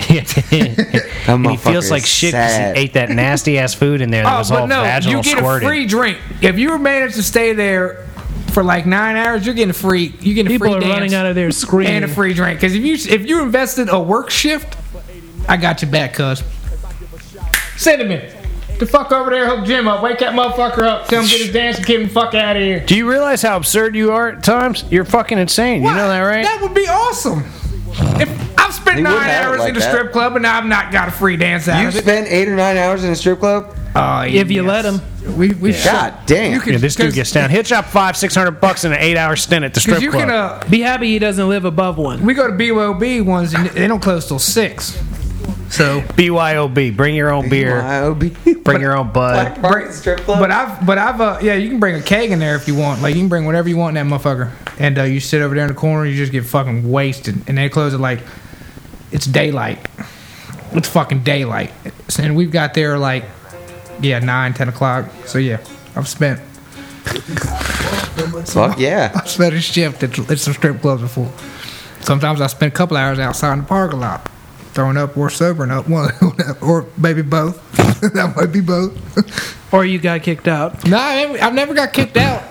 Speaker 1: and he
Speaker 3: motherfucker
Speaker 1: feels like
Speaker 3: is
Speaker 1: shit because he
Speaker 3: sad.
Speaker 1: ate that nasty ass food in there that
Speaker 4: Oh,
Speaker 1: was
Speaker 4: but
Speaker 1: all
Speaker 4: no,
Speaker 1: vaginal
Speaker 4: you get
Speaker 1: squirting.
Speaker 4: a free drink if you manage to stay there for like nine hours. You're getting free. You getting a
Speaker 2: People
Speaker 4: free
Speaker 2: are
Speaker 4: dance
Speaker 2: running out of there
Speaker 4: and a
Speaker 2: screaming.
Speaker 4: free drink. Because if you if you invested a work shift, I got your back, cuz. Send him in. The fuck over there, hook Jim up. Wake that motherfucker up. Tell him get his dance and get him the fuck out of here.
Speaker 1: Do you realize how absurd you are at times? You're fucking insane. You know that, right?
Speaker 4: That would be awesome. If I've spent
Speaker 3: They would
Speaker 4: nine
Speaker 3: have it
Speaker 4: hours
Speaker 3: like
Speaker 4: in the
Speaker 3: that.
Speaker 4: strip club and I've not got a free dance out
Speaker 3: You
Speaker 4: of it.
Speaker 3: spent 8 or 9 hours in a strip club?
Speaker 4: Oh,
Speaker 2: If you let 'em.
Speaker 4: we we
Speaker 3: God damn.
Speaker 4: You could-
Speaker 1: yeah, this dude
Speaker 4: 'cause-
Speaker 1: gets down. Hitch up five, six hundred bucks in an eight-hour stint at the strip
Speaker 4: Because you
Speaker 1: club.
Speaker 4: can, uh,
Speaker 2: Be happy he doesn't live above one.
Speaker 4: we go to BYOB ones and they don't close till six. So,
Speaker 1: BYOB, bring your own beer,
Speaker 3: IOB.
Speaker 1: bring your own bud.
Speaker 3: Black Market strip club?
Speaker 4: but I've, but I've, uh, yeah, you can bring a keg in there if you want. Like you can bring whatever you want in that motherfucker, and uh, you sit over there in the corner, you just get fucking wasted, and they close it like it's daylight. It's fucking daylight, and we've got there like yeah nine, ten o'clock. So yeah, I've spent
Speaker 3: Fuck yeah.
Speaker 4: spent a shift at, at some strip clubs before. Sometimes I spend a couple hours outside in the parking lot, throwing up or sobering up, one or maybe both. that might be both.
Speaker 2: Or you got kicked out.
Speaker 4: No, I mean, I've never got kicked out.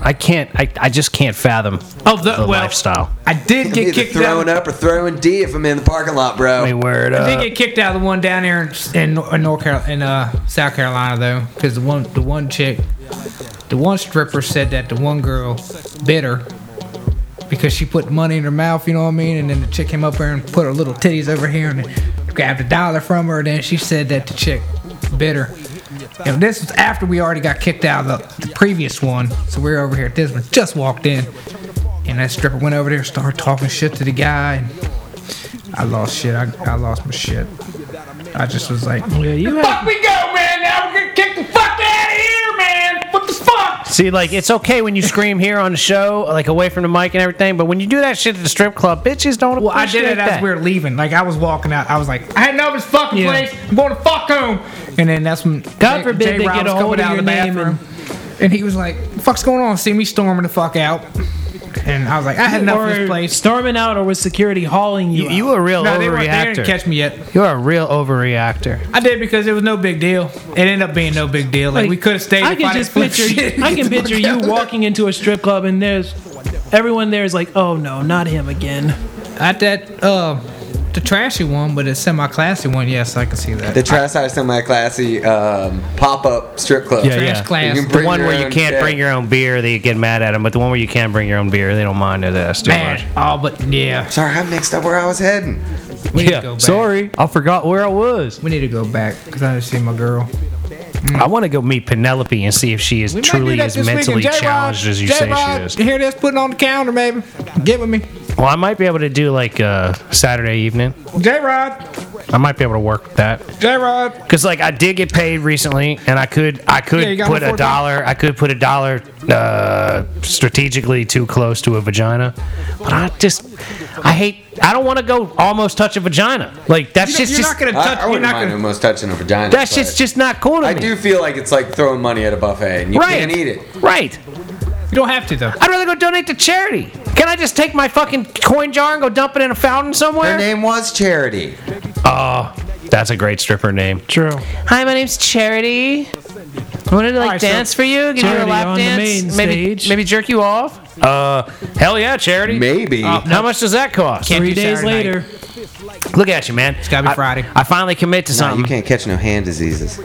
Speaker 1: I can't. I, I just can't fathom
Speaker 4: Oh, the,
Speaker 1: the
Speaker 4: well,
Speaker 1: lifestyle.
Speaker 4: I did
Speaker 3: I'm
Speaker 4: get
Speaker 3: either
Speaker 4: kicked
Speaker 3: throwing
Speaker 4: out.
Speaker 3: up or throwing D if I'm in the parking lot, bro.
Speaker 1: I mean, uh, word
Speaker 4: I
Speaker 1: up.
Speaker 4: did get kicked out of the one down here in, in, Nor- in North Carolina, in uh, South Carolina though, because the one the one chick, the one stripper said that the one girl bit her because she put money in her mouth, you know what I mean? And then the chick came up here and put her little titties over here and grabbed a dollar from her. And then she said that the chick bitter. And this was after we already got kicked out of the, the previous one, so we are over here at this one. Just walked in, and that stripper went over there, started talking shit to the guy, and I lost shit. I, I lost my shit. I just was like,
Speaker 2: Yeah, you
Speaker 4: "Fuck,
Speaker 2: had,
Speaker 4: we go, man! Now we're gonna kick the fuck out of here, man! What the fuck?"
Speaker 1: See, like it's okay when you scream here on the show, like away from the mic and everything, but when you do that shit at the strip club, bitches don't.
Speaker 4: Well, I did it as
Speaker 1: that.
Speaker 4: we were leaving. Like I was walking out. I was like, I had no this fucking
Speaker 2: Yeah.
Speaker 4: place. I'm going to fuck home. And then that's when
Speaker 2: God forbid they
Speaker 4: Rob
Speaker 2: get
Speaker 4: was
Speaker 2: a hold
Speaker 4: coming
Speaker 2: of
Speaker 4: out
Speaker 2: your name
Speaker 4: and, he was like, "Fuck's going on?" See me storming the fuck out. And I was like, I had enough of this
Speaker 2: or
Speaker 4: place.
Speaker 2: storming out, or was security hauling you?
Speaker 1: You,
Speaker 2: out?
Speaker 1: you were a real
Speaker 4: No, they, weren't, they didn't
Speaker 1: overreactor.
Speaker 4: catch me yet.
Speaker 1: You're a real overreactor.
Speaker 4: I did because it was no big deal. It ended up being no big deal. Like, we could have stayed.
Speaker 2: I
Speaker 4: if
Speaker 2: can
Speaker 4: didn't
Speaker 2: just
Speaker 4: flip
Speaker 2: picture.
Speaker 4: shit.
Speaker 2: I can picture you walking into a strip club and there's everyone there is like, oh no, not him again.
Speaker 4: at that uh, the trashy one, but it's semi-classy one. Yes, I can see that.
Speaker 3: The trash house semi classy um, pop up strip club.
Speaker 1: Yeah,
Speaker 4: trash
Speaker 1: yeah.
Speaker 4: class.
Speaker 3: You can
Speaker 1: The
Speaker 3: Bring
Speaker 1: one
Speaker 3: your
Speaker 1: where you
Speaker 3: own
Speaker 1: can't
Speaker 3: shit.
Speaker 1: bring your own beer, they get mad at them. But the one where you can bring your own beer, they don't mind it. That's too much.
Speaker 4: Man, oh, but yeah,
Speaker 3: Sorry, I mixed up where I was heading.
Speaker 4: we need to go back.
Speaker 1: sorry, I forgot where I was.
Speaker 4: We need to go back because I just see my girl.
Speaker 1: I want to go meet Penelope and see if she is truly as mentally challenged as you say she is.
Speaker 4: Hear this? Putting on the calendar, maybe. Get with me,
Speaker 1: Well, I might be able to do like uh, Saturday evening.
Speaker 4: J Rod.
Speaker 1: I might be able to work that
Speaker 4: J Rod.
Speaker 1: because like I did get paid recently, and I could I
Speaker 4: Yeah, you
Speaker 1: could
Speaker 4: got
Speaker 1: put
Speaker 4: me
Speaker 1: a
Speaker 4: $4.
Speaker 1: dollar I could put a dollar uh, strategically too close to a vagina, but I just I hate I don't want to go almost touch a vagina like that's
Speaker 4: You're,
Speaker 1: just
Speaker 4: you're
Speaker 1: just
Speaker 4: not gonna touch.
Speaker 3: I, I
Speaker 4: you're
Speaker 3: wouldn't
Speaker 4: not
Speaker 3: mind
Speaker 4: gonna.
Speaker 3: almost touching a vagina.
Speaker 1: that shit's
Speaker 3: but
Speaker 1: just not cool to
Speaker 3: I
Speaker 1: me.
Speaker 3: do feel like it's like throwing money at a buffet and you
Speaker 1: right,
Speaker 3: can't eat it.
Speaker 1: right.
Speaker 4: You don't have to though.
Speaker 1: I'd rather go donate to charity. Can I just take my fucking coin jar and go dump it in a fountain
Speaker 3: Her
Speaker 1: somewhere?
Speaker 3: name was Charity.
Speaker 1: Oh, that's a great stripper name.
Speaker 2: True.
Speaker 1: Hi, my name's Charity. I wanted to like
Speaker 2: right, so
Speaker 1: dance for you, give you a
Speaker 2: Charity
Speaker 1: lap
Speaker 2: on the
Speaker 1: dance,
Speaker 2: main
Speaker 1: maybe
Speaker 2: stage.
Speaker 1: maybe jerk you off. Uh, hell yeah, Charity. Uh,
Speaker 3: Maybe.
Speaker 1: How much does that cost?
Speaker 4: Can't
Speaker 2: Three
Speaker 4: do
Speaker 2: days
Speaker 4: Saturday
Speaker 2: later,
Speaker 4: night.
Speaker 1: Look at you, man. It's
Speaker 4: gotta be
Speaker 1: I,
Speaker 4: Friday.
Speaker 1: I finally commit to
Speaker 3: Nah, you
Speaker 1: something.
Speaker 3: can't catch no hand diseases.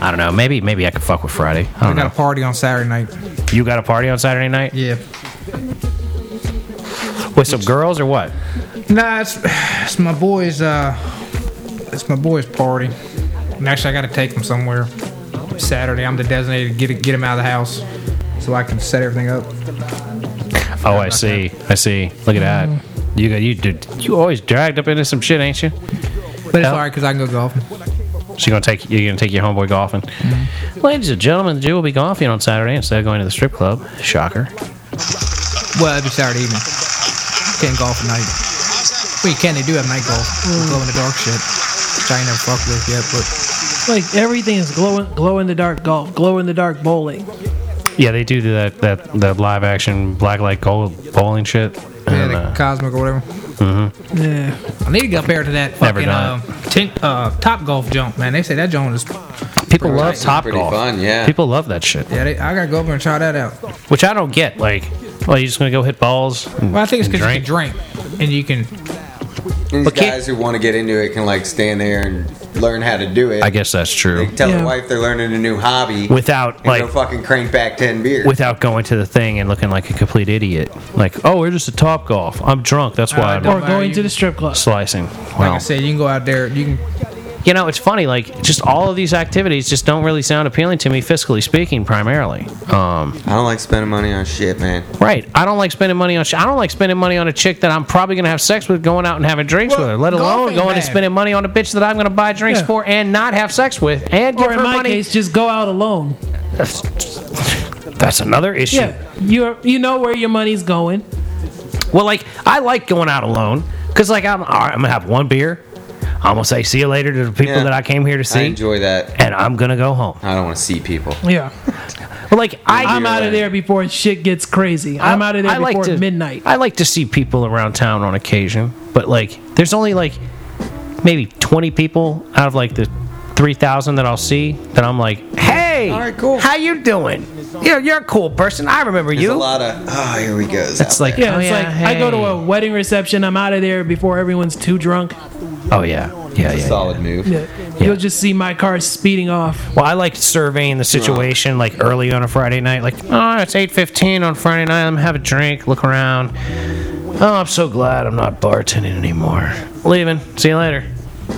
Speaker 1: I don't know. Maybe maybe I could fuck with Friday. I
Speaker 4: I
Speaker 1: don't
Speaker 4: got a
Speaker 1: know.
Speaker 4: party on Saturday night.
Speaker 1: You got a party on Saturday night
Speaker 4: Yeah.
Speaker 1: with some girls or what?
Speaker 4: Nah, it's, it's my boy's. Uh, it's my boy's party. And actually, I gotta take him somewhere. Saturday, I'm the designated get get him out of the house, so I can set everything up.
Speaker 1: Oh, I see. I see. Look at that. You got you did. You always dragged up into some shit, ain't you?
Speaker 4: But it's
Speaker 1: Yeah.
Speaker 4: alright because I can go golfing.
Speaker 1: So you're gonna take you're gonna take your homeboy golfing. Mm-hmm. Ladies and gentlemen, the Jew will be golfing on Saturday instead of going to the strip club. Shocker.
Speaker 4: Well, it'd be Saturday evening. Can't golf at night. Well, you can. They do have night golf. Mm. Glow in the dark shit. Which I ain't never fucked with yet, but
Speaker 2: like everything is glowing, glow in the dark golf, glow in the dark bowling.
Speaker 1: Yeah, they do do that that that live action black light gold bowling shit.
Speaker 4: yeah,
Speaker 1: And,
Speaker 4: the
Speaker 1: uh,
Speaker 4: Cosmic or whatever.
Speaker 2: Yeah.
Speaker 4: I need to get up there to that
Speaker 1: Never
Speaker 4: fucking
Speaker 1: done
Speaker 4: uh, tin- uh, top golf jump, man. They say that joint is.
Speaker 1: people love
Speaker 3: nice.
Speaker 1: top
Speaker 3: Pretty
Speaker 1: golf.
Speaker 3: fun, yeah.
Speaker 1: People love that shit,
Speaker 4: Yeah, they, I gotta go up there and try that out.
Speaker 1: which I don't get. Like, well, you just gonna go hit balls. And,
Speaker 4: Well, I think it's
Speaker 1: and
Speaker 4: because you can
Speaker 1: drink.
Speaker 4: drink and you can.
Speaker 3: And these
Speaker 1: But can't-
Speaker 3: guys who want to get into it can like stand there and learn how to do it.
Speaker 1: I guess that's
Speaker 3: They
Speaker 1: true.
Speaker 3: tell
Speaker 2: Yeah.
Speaker 3: their wife they're learning a new hobby
Speaker 1: Without
Speaker 3: and
Speaker 1: like
Speaker 3: go fucking crank back ten beers.
Speaker 1: without going to the thing and looking like a complete idiot. Like, oh, we're just a top golf. I'm drunk. That's
Speaker 4: I
Speaker 1: why I'm
Speaker 4: Uh, don't-
Speaker 2: Or going to the strip club.
Speaker 1: slicing.
Speaker 4: Like
Speaker 1: Wow.
Speaker 4: I said, you can go out there. You can.
Speaker 1: You know, it's funny. Like, just all of these activities just don't really sound appealing to me, fiscally speaking, primarily. Um,
Speaker 3: I don't like spending money on shit, man.
Speaker 1: right. I don't like spending money on. Sh- I don't like spending money on a chick that I'm probably gonna have sex with, going out and having drinks
Speaker 4: Well,
Speaker 1: with her. Let
Speaker 4: golf
Speaker 1: alone
Speaker 4: ain't
Speaker 1: going and
Speaker 4: bad.
Speaker 1: spending money on a bitch that I'm gonna buy drinks
Speaker 2: Yeah.
Speaker 1: for and not have sex with and give
Speaker 2: Or
Speaker 1: her
Speaker 2: in my
Speaker 1: money.
Speaker 2: case, just go out alone.
Speaker 1: That's another issue.
Speaker 2: Yeah. You you know where your money's going.
Speaker 1: Well, like I like going out alone because, like, I'm all right, I'm gonna have one beer. I'm gonna say see you later to the people
Speaker 3: Yeah.
Speaker 1: that I came here to
Speaker 3: I
Speaker 1: see,
Speaker 3: enjoy that.
Speaker 1: and I'm gonna go home.
Speaker 3: I don't want to see people.
Speaker 2: Yeah.
Speaker 1: But like I,
Speaker 2: I'm out of there before shit gets crazy. I'm out of there
Speaker 1: I
Speaker 2: before
Speaker 1: to,
Speaker 2: midnight.
Speaker 1: I like to see people around town on occasion, but like there's only like maybe 20 people out of like the 3,000 that I'll see that I'm like, hey,
Speaker 3: All right, cool.
Speaker 1: how you doing? Yeah, you're a cool person. I remember
Speaker 3: There's a
Speaker 1: you.
Speaker 3: lot of oh, here we go.
Speaker 1: It's like
Speaker 2: Yeah,
Speaker 1: oh,
Speaker 2: it's like I go to a
Speaker 1: hey."
Speaker 2: wedding reception. I'm out of there before everyone's too drunk.
Speaker 1: oh yeah yeah yeah, yeah.
Speaker 3: solid move.
Speaker 2: Yeah. You'll just see my car speeding off.
Speaker 1: Well, I like surveying the situation like early on a Friday night. Like, oh, it's eight fifteen on Friday night. I'm gonna have a drink, look around. Oh, I'm so glad I'm not bartending anymore. Leaving. See you later.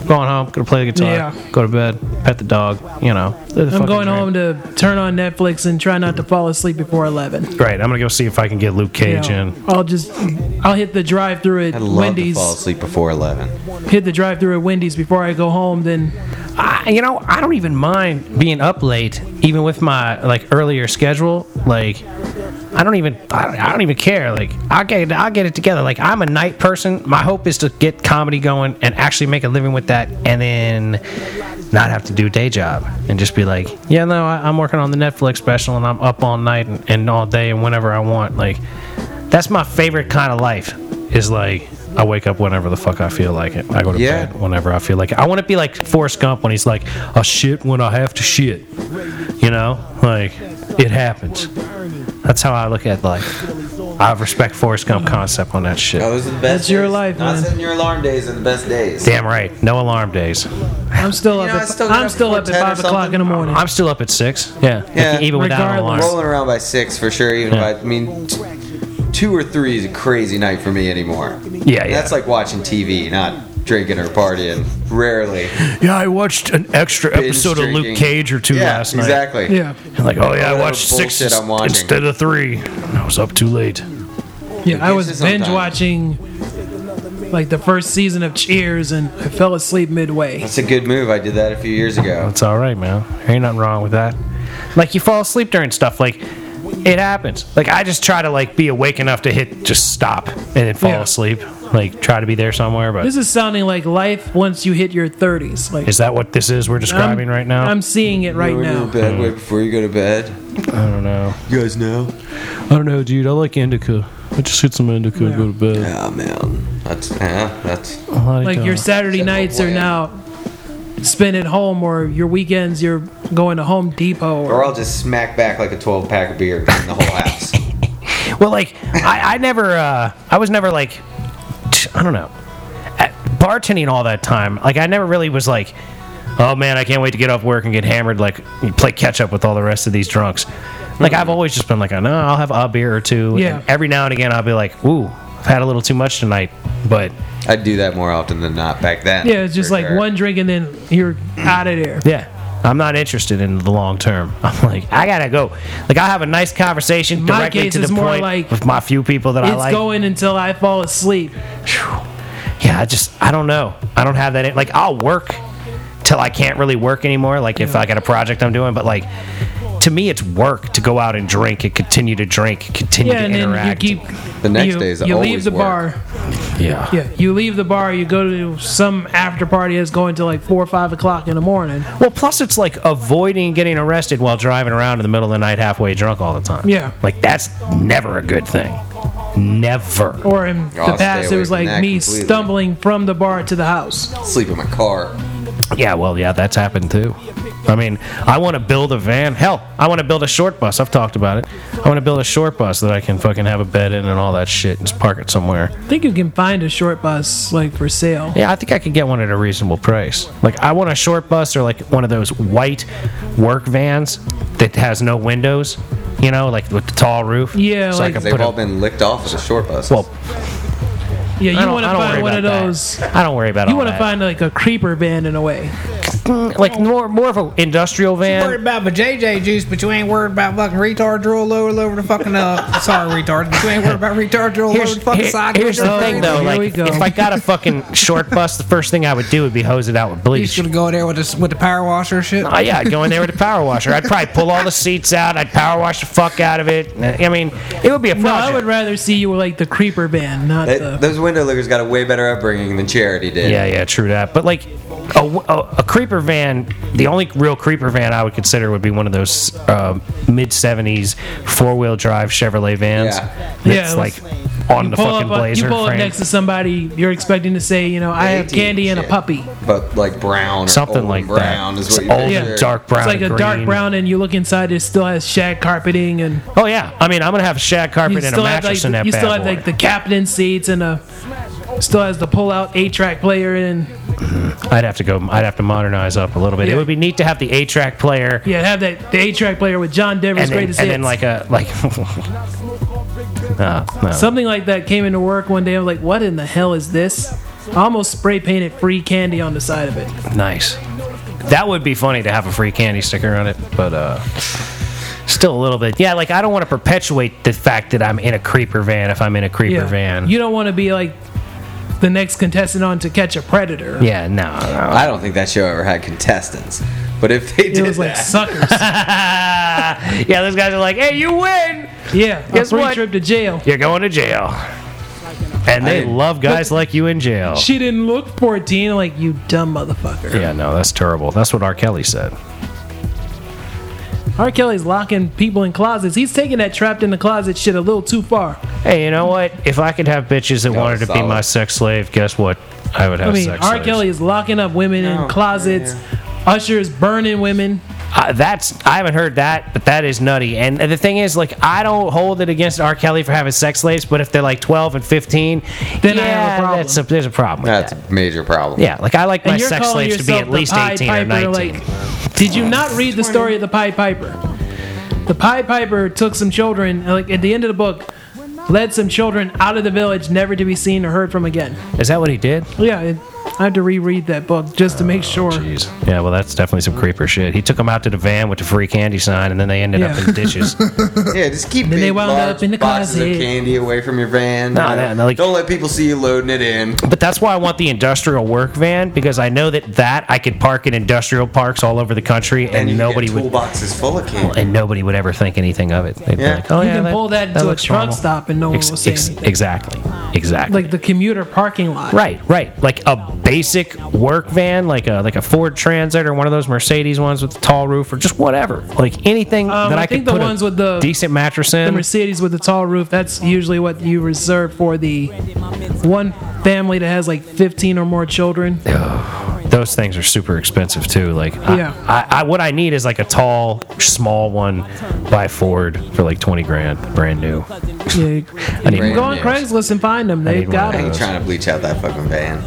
Speaker 1: Going home, gonna play the guitar,
Speaker 2: Yeah.
Speaker 1: go to bed, pet the dog. You know,
Speaker 2: I'm going home to turn on Netflix and try not to fall asleep before 11.
Speaker 1: Great. I'm gonna go see if I can get Luke
Speaker 2: You
Speaker 1: Cage
Speaker 2: know,
Speaker 1: in.
Speaker 2: I'll just, I'll hit the drive-through
Speaker 3: I'd
Speaker 2: at
Speaker 3: love to fall
Speaker 2: Wendy's.
Speaker 3: asleep before 11.
Speaker 2: Hit the drive-through at Wendy's before I go home. Then
Speaker 1: I, you know, I don't even mind being up late, even with my like earlier schedule. Like, I don't even, I, I don't even care. Like, I get, I get it together. Like, I'm a night person. My hope is to get comedy going and actually make a living with that, and then not have to do a day job and just be like, yeah, no, I, I'm working on the Netflix special and I'm up all night and, and all day and whenever I want. Like, that's my favorite kind of life. Is like. I wake up whenever the fuck I feel like it. I go to
Speaker 3: Yeah.
Speaker 1: bed whenever I feel like it. I want to be like Forrest Gump when he's like, I shit when I have to shit. You know? Like, it happens. That's how I look at life. I respect Forrest Gump concept on that
Speaker 3: Oh,
Speaker 1: shit.
Speaker 3: those are the best.
Speaker 2: That's your
Speaker 3: days.
Speaker 2: life,
Speaker 3: Not
Speaker 2: man.
Speaker 3: setting your alarm days are the best days.
Speaker 1: Damn right. No alarm days.
Speaker 2: I'm still
Speaker 3: You
Speaker 2: up.
Speaker 3: know, I
Speaker 2: at,
Speaker 3: still get
Speaker 2: I'm
Speaker 3: up
Speaker 2: still
Speaker 3: before
Speaker 2: up at
Speaker 3: 10 or
Speaker 2: five o'clock in the
Speaker 3: something.
Speaker 2: morning.
Speaker 1: I'm still up at six. Yeah.
Speaker 3: Yeah.
Speaker 1: Even without an
Speaker 2: Regardless.
Speaker 1: alarm.
Speaker 3: Rolling around by six for sure. Even if I, I mean, t- two or three is a crazy night for me anymore.
Speaker 1: Yeah, yeah.
Speaker 3: That's like watching TV, not drinking or partying. Rarely.
Speaker 1: yeah, I watched an extra
Speaker 3: Binge
Speaker 1: episode of Luke
Speaker 3: drinking.
Speaker 1: Cage or two
Speaker 3: yeah,
Speaker 1: last night.
Speaker 3: exactly.
Speaker 2: yeah,
Speaker 1: Like, oh yeah, I
Speaker 3: Whatever
Speaker 1: watched six
Speaker 3: bullshit I'm watching.
Speaker 1: instead of three. I was up too late.
Speaker 2: yeah. I
Speaker 3: It's
Speaker 2: was
Speaker 3: just on
Speaker 2: binge
Speaker 3: time.
Speaker 2: watching like the first season of Cheers, and I fell asleep midway.
Speaker 3: That's a good move. I did that a few years ago.
Speaker 1: That's all right, man. Ain't nothing wrong with that. Like you fall asleep during stuff. Like it happens. Like I just try to like be awake enough to hit just stop and then fall
Speaker 2: Yeah.
Speaker 1: asleep. Like try to be there somewhere. But
Speaker 2: This is sounding like life once you hit your 30s. Like
Speaker 1: is that what this is we're describing right now?
Speaker 2: I'm seeing it right
Speaker 3: Go into
Speaker 2: now.
Speaker 3: bed way before you go to bed.
Speaker 1: I don't know.
Speaker 3: You guys know?
Speaker 1: I don't know, dude. I like indica. I just hit some indica and go to bed.
Speaker 3: Yeah, Oh, man. That's yeah, that's
Speaker 2: Like your Saturday
Speaker 3: Simple
Speaker 2: nights are
Speaker 3: plan.
Speaker 2: now spent at home, or your weekends you're going to Home Depot.
Speaker 3: or
Speaker 2: Or,
Speaker 3: I'll just smack back like a 12 pack of beer in the whole house.
Speaker 1: Well, like I, I never, uh, I was never like, t- I don't know, at bartending all that time. Like I never really was like, oh man, I can't wait to get off work and get hammered. Like play catch up with all the rest of these drunks. Like I've always just been like, I know I'll have a beer or two.
Speaker 2: Yeah.
Speaker 1: And every now and again, I'll be like, ooh, I've had a little too much tonight. But
Speaker 3: I'd do that more often than not back then.
Speaker 2: yeah, it's just
Speaker 3: for
Speaker 2: like
Speaker 3: sure.
Speaker 2: one drink and then you're out of there.
Speaker 1: yeah. I'm not interested in the long term. I'm like, I gotta go. Like, I'll have a nice conversation
Speaker 2: My
Speaker 1: directly
Speaker 2: case
Speaker 1: to the
Speaker 2: is more
Speaker 1: point
Speaker 2: like,
Speaker 1: with my few people that I
Speaker 2: It's
Speaker 1: like.
Speaker 2: going until I fall asleep.
Speaker 1: yeah, I just I don't know. I don't have that. Like I'll work till I can't really work anymore. Like if I got a project I'm doing, but like to me it's work to go out and drink and continue to drink, continue
Speaker 2: Yeah,
Speaker 1: to
Speaker 2: and then you
Speaker 1: interact.
Speaker 2: keep.
Speaker 3: The next
Speaker 2: you,
Speaker 3: day is
Speaker 2: you
Speaker 3: always
Speaker 2: leave the bar.
Speaker 3: work.
Speaker 1: yeah.
Speaker 2: Yeah, you leave the bar. You go to some after party that's going till like four or five o'clock in the morning.
Speaker 1: Well, plus it's like avoiding getting arrested while driving around in the middle of the night, halfway drunk all the time.
Speaker 2: Yeah.
Speaker 1: like that's never a good thing. Never.
Speaker 2: Or in
Speaker 3: Oh,
Speaker 2: the
Speaker 3: stay
Speaker 2: past, it
Speaker 3: away
Speaker 2: was
Speaker 3: from
Speaker 2: like
Speaker 3: that
Speaker 2: me
Speaker 3: completely.
Speaker 2: stumbling from the bar to the house.
Speaker 3: sleep in my car.
Speaker 1: Yeah, well, yeah, that's happened too. I mean, I want to build a van. Hell, I want to build a short bus. I've talked about it. I want to build a short bus that I can fucking have a bed in and all that shit and just park it somewhere.
Speaker 2: I think you can find a short bus like for sale.
Speaker 1: Yeah, I think I could get one at a reasonable price. Like, I want a short bus or like one of those white work vans that has no windows, you know, like with the tall roof.
Speaker 2: Yeah,
Speaker 1: so
Speaker 2: like-
Speaker 1: I can
Speaker 3: They've
Speaker 1: put
Speaker 3: all
Speaker 1: a,
Speaker 3: been licked off of the short bus.
Speaker 1: well,
Speaker 2: Yeah,
Speaker 1: I
Speaker 2: you
Speaker 1: don't,
Speaker 2: want to
Speaker 1: I don't worry
Speaker 2: find one
Speaker 1: about
Speaker 2: of those.
Speaker 1: That. I don't worry about
Speaker 2: You
Speaker 1: all
Speaker 2: want to
Speaker 1: that.
Speaker 2: find like a creeper van in a way.
Speaker 1: Mm, like more more of an industrial
Speaker 4: Worried
Speaker 1: van.
Speaker 4: about the JJ juice, but you ain't worried about fucking retard drool all over the fucking uh. sorry, retard, but you ain't worried about retard drool all over the fucking
Speaker 1: here-
Speaker 4: side.
Speaker 1: here's the thing, though.
Speaker 2: Here
Speaker 1: Like,
Speaker 2: we go.
Speaker 1: if I got a fucking short bus, the first thing I would do would be hose it out with
Speaker 4: He's
Speaker 1: bleach.
Speaker 4: gonna go there with the with the power washer shit.
Speaker 1: Oh yeah, I'd go in there with a power washer. I'd probably pull all the seats out. I'd power wash the fuck out of it. I mean, it would be a project.
Speaker 2: No, I would rather see you like the creeper van, not
Speaker 3: They-
Speaker 2: the.
Speaker 3: those window lickers got a way better upbringing than Charity did.
Speaker 1: yeah, yeah, true that. But like a, a, a creeper van, the only real creeper van I would consider would be one of those uh, mid '70s four-wheel drive Chevrolet vans.
Speaker 3: Yeah.
Speaker 1: that's
Speaker 2: Yeah, it
Speaker 1: like
Speaker 2: was-
Speaker 1: on the fucking
Speaker 2: up, uh, you
Speaker 1: blazer
Speaker 2: pull up
Speaker 1: frame.
Speaker 2: next to somebody you're expecting to say, you know, I have
Speaker 3: 18
Speaker 2: candy and a
Speaker 3: shit.
Speaker 2: puppy.
Speaker 3: But like brown, or
Speaker 1: Something
Speaker 3: old
Speaker 1: like
Speaker 3: brown
Speaker 1: that.
Speaker 3: is what
Speaker 1: It's
Speaker 3: you
Speaker 1: old
Speaker 3: picture.
Speaker 1: and dark brown.
Speaker 2: It's like
Speaker 1: and
Speaker 2: a dark
Speaker 1: green.
Speaker 2: brown, and you look inside, it still has shag carpeting, and
Speaker 1: Oh yeah, I mean I'm gonna have shag
Speaker 2: you
Speaker 1: carpet and a
Speaker 2: still have
Speaker 1: mattress
Speaker 2: like
Speaker 1: in that
Speaker 2: you
Speaker 1: bad
Speaker 2: still have
Speaker 1: boy.
Speaker 2: like the captain seats and a still has the pull out eight track player and
Speaker 1: I'd have to go. I'd have to modernize up a little bit. It
Speaker 2: Yeah.
Speaker 1: would be neat to have the eight track player.
Speaker 2: yeah have that the eight track player with John Denver's
Speaker 1: And then,
Speaker 2: greatest
Speaker 1: and
Speaker 2: hits.
Speaker 1: then like a like no, no. Uh-huh.
Speaker 2: something like that came into work one day. I'm like, what in the hell is this? I almost spray painted free candy on the side of it.
Speaker 1: Nice. That would be funny to have a free candy sticker on it, but uh, still a little bit. Yeah, like I don't want to perpetuate the fact that I'm in a creeper van if I'm in a creeper
Speaker 2: Yeah.
Speaker 1: van.
Speaker 2: You don't want to be like the next contestant on to catch a predator.
Speaker 1: yeah, no, no.
Speaker 3: I don't think that show ever had contestants. But if they
Speaker 2: It
Speaker 3: did
Speaker 2: was like
Speaker 3: that-
Speaker 2: suckers.
Speaker 1: yeah, those guys are like, hey, you win.
Speaker 2: yeah.
Speaker 1: Guess
Speaker 2: a free
Speaker 1: what?
Speaker 2: trip to jail.
Speaker 1: You're going to jail. And they
Speaker 3: didn't-
Speaker 1: love guys like you in jail.
Speaker 2: She didn't look 14. Like you dumb motherfucker.
Speaker 1: Yeah, no, that's terrible. That's what R. Kelly said.
Speaker 2: R. Kelly's locking people in closets. He's taking that trapped in the closet shit a little too far.
Speaker 1: Hey, you know what? If I could have bitches that
Speaker 3: That
Speaker 1: wanted to
Speaker 3: was
Speaker 1: be my
Speaker 3: solid.
Speaker 1: sex slave, guess what? I would have
Speaker 2: I mean,
Speaker 1: sex
Speaker 2: R.
Speaker 1: slaves.
Speaker 2: Kelly is locking up women
Speaker 1: Oh,
Speaker 2: in closets. Ushers burning women.
Speaker 1: Uh, that's I haven't heard that, but that is nutty. And the thing is, like, I don't hold it against R. Kelly for having sex slaves, but if they're like 12 and 15,
Speaker 2: Then
Speaker 1: yeah,
Speaker 2: I have a problem.
Speaker 1: That's a, there's a problem with
Speaker 3: that's
Speaker 1: that.
Speaker 3: a major problem.
Speaker 1: Yeah, like I like
Speaker 2: And
Speaker 1: my
Speaker 2: you're
Speaker 1: sex
Speaker 2: calling
Speaker 1: slaves to
Speaker 2: yourself
Speaker 1: be at
Speaker 2: the
Speaker 1: least
Speaker 2: Pied
Speaker 1: 18 or
Speaker 2: Piper,
Speaker 1: 19.
Speaker 2: Like, did you not read the story of the Pied Piper? The Pied Piper took some children, and, like at the end of the book, led some children out of the village, never to be seen or heard from again.
Speaker 1: is that what he did?
Speaker 2: Yeah, it, I had to reread that book just to make sure.
Speaker 1: Jeez. Yeah, well, that's definitely some creeper shit. He took them out to the van with the free candy sign, and then they ended up
Speaker 2: Yeah.
Speaker 1: in ditches.
Speaker 3: Yeah, just keep
Speaker 2: Then
Speaker 3: big,
Speaker 2: they wound
Speaker 3: large
Speaker 2: up in the
Speaker 3: boxes
Speaker 2: closet.
Speaker 3: of candy away from your van.
Speaker 1: No,
Speaker 3: Uh,
Speaker 1: no, no, like-
Speaker 3: don't let people see you loading it in.
Speaker 1: but that's why I want the industrial work van because I know that that I could park in industrial parks all over the country, and,
Speaker 3: you can
Speaker 1: nobody
Speaker 3: get
Speaker 1: would
Speaker 3: Toolboxes full of candy.
Speaker 1: and nobody would ever think anything of it. They'd be
Speaker 3: Yeah.
Speaker 1: like, oh,
Speaker 2: You
Speaker 1: yeah,
Speaker 2: can pull that into a
Speaker 1: looks
Speaker 2: truck
Speaker 1: normal.
Speaker 2: stop and no one will say anything.
Speaker 1: Exactly. Exactly.
Speaker 2: Like the commuter parking lot.
Speaker 1: right, right. Like a basic work van, like a like a Ford Transit or one of those Mercedes ones with the tall roof or just whatever. Like anything
Speaker 2: Um,
Speaker 1: that I,
Speaker 2: I think
Speaker 1: could
Speaker 2: the
Speaker 1: put
Speaker 2: ones
Speaker 1: a
Speaker 2: with the-
Speaker 1: decent mattress in.
Speaker 2: The Mercedes with the tall roof, that's usually what you reserve for the one family that has like 15 or more children.
Speaker 1: those things are super expensive too. Like,
Speaker 2: Yeah.
Speaker 1: I, I, I what I need is like a tall, small one by Ford for like twenty grand, brand new.
Speaker 2: Yeah.
Speaker 1: I need
Speaker 3: Brand
Speaker 2: Go on
Speaker 3: new.
Speaker 2: Craigslist and find them. They've
Speaker 1: need
Speaker 2: got
Speaker 1: one
Speaker 3: I
Speaker 1: of
Speaker 2: them.
Speaker 3: ain't trying to bleach out that fucking van.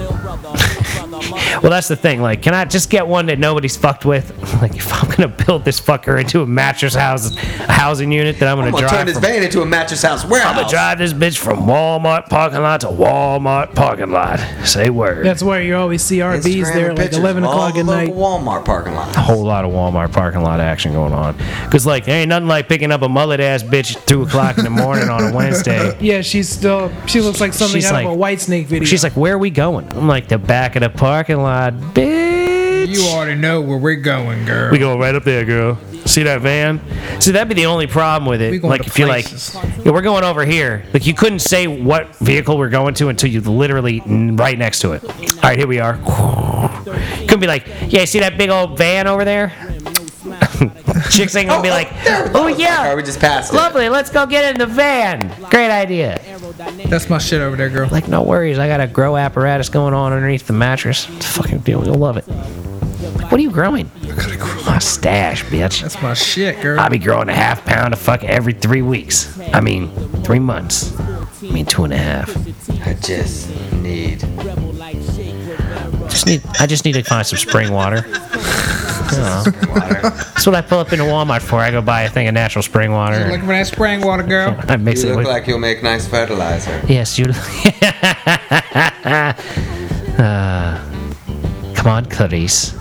Speaker 1: Well, that's the thing. Like, can I just get one that nobody's fucked with? Like, if I'm gonna build this fucker into a mattress house, housing unit that I'm gonna,
Speaker 3: I'm gonna
Speaker 1: drive,
Speaker 3: turn this
Speaker 1: from-
Speaker 3: van into a mattress house warehouse.
Speaker 1: I'm gonna drive this bitch from Walmart parking lot to Walmart parking lot. Say word.
Speaker 2: That's where you always see
Speaker 3: Instagram
Speaker 2: RVs there,
Speaker 3: and
Speaker 2: like
Speaker 3: pictures of
Speaker 2: 11
Speaker 3: all
Speaker 2: o'clock
Speaker 3: the
Speaker 2: at
Speaker 3: local
Speaker 2: night.
Speaker 3: Walmart parking lot.
Speaker 1: whole lot of Walmart parking lot action going on. Cause like there ain't nothing like picking up a mullet ass bitch at two o'clock in the morning on a Wednesday.
Speaker 2: Yeah, she's still. She looks like something
Speaker 1: She's
Speaker 2: out of
Speaker 1: like-
Speaker 2: a White Snake video.
Speaker 1: She's like, "Where are we going?" I'm like, "The back of the parking lot, bitch."
Speaker 4: You already know where we're going, girl.
Speaker 1: We go right up there, girl. See that van? See, that'd be the only problem with
Speaker 4: We
Speaker 1: it.
Speaker 4: going
Speaker 1: Like,
Speaker 4: to
Speaker 1: if you're like,
Speaker 4: places.
Speaker 1: yeah, we're going over here. Like, you couldn't say what vehicle we're going to until you literally n- right next to it. All right, here we are. Couldn't be like, yeah, see that big old van over there? Chicks ain't gonna be like, oh
Speaker 3: Or
Speaker 1: yeah,
Speaker 3: we just passed it.
Speaker 1: lovely. Let's go get in the van. Great idea.
Speaker 4: That's my shit over there, girl.
Speaker 1: Like, no worries. I got a grow apparatus going on underneath the mattress. It's a fucking deal. You'll love it. Like, what are you growing? Mustache, bitch.
Speaker 4: That's my shit, girl.
Speaker 1: I be growing a half pound of fuck every three weeks. I mean, three months. I mean, two and a half.
Speaker 3: I just need.
Speaker 1: Just need, I just need to find some spring water. Oh,
Speaker 3: Water.
Speaker 1: that's what I pull up into Walmart for. I go buy a thing of natural spring water.
Speaker 4: You're looking
Speaker 1: And
Speaker 4: for that spring water, girl.
Speaker 1: I mix it
Speaker 3: You look
Speaker 1: with.
Speaker 3: like you'll make nice fertilizer.
Speaker 1: yes, you. uh, come on, Clarice.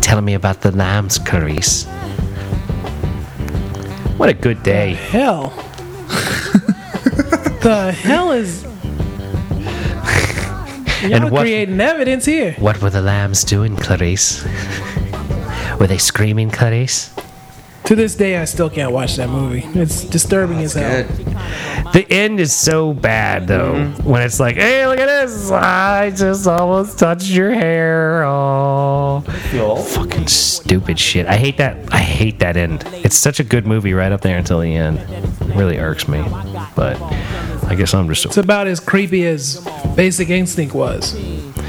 Speaker 1: Tell me about the lambs, Clarice. What a good day.
Speaker 2: hell. the hell is. Y'all
Speaker 1: And what-
Speaker 2: creating evidence here.
Speaker 1: What were the lambs doing, Clarice? were they screaming, Clarice?
Speaker 2: To this day, I still can't watch that movie. It's disturbing as hell.
Speaker 3: Good.
Speaker 1: The end is so bad though. When it's like, hey, look at this! I just almost touched your hair. Oh, fucking stupid shit. I hate that. I hate that end. It's such a good movie right up there until the end. It really irks me. But I guess I'm just.
Speaker 2: It's about as creepy as Basic Instinct was.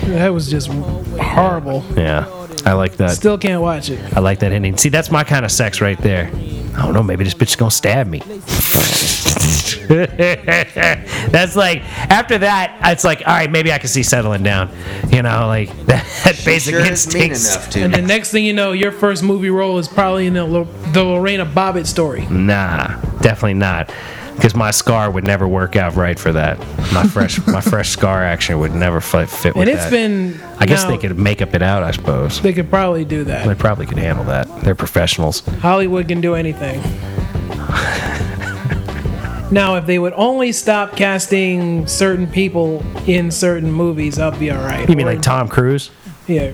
Speaker 2: That was just horrible.
Speaker 1: Yeah, I like that.
Speaker 2: Still can't watch it.
Speaker 1: I like that ending. See, that's my kind of sex right there. I don't know. Maybe this bitch is gonna stab me. that's like after that, it's like all right, maybe I can see settling down. You know, like that, basic
Speaker 3: Sure is mean
Speaker 1: instincts.
Speaker 3: enough to.
Speaker 2: And the next thing you know, your first
Speaker 1: Mm-hmm.
Speaker 2: movie role is probably in the, Lo- the Lorena Bobbitt story.
Speaker 1: Nah, definitely not.
Speaker 5: because my scar would never work out right for that. My fresh, my fresh scar action would never fit, fit with
Speaker 2: And it's
Speaker 5: that.
Speaker 2: been.
Speaker 5: I guess
Speaker 2: now,
Speaker 5: they could make up it out. I suppose
Speaker 2: They could probably do that.
Speaker 5: they probably could handle that. They're professionals.
Speaker 2: Hollywood can do anything. now, if they would only stop casting certain people in certain movies, I'll be all right.
Speaker 1: You mean
Speaker 2: Or-
Speaker 1: like Tom Cruise?
Speaker 2: Yeah.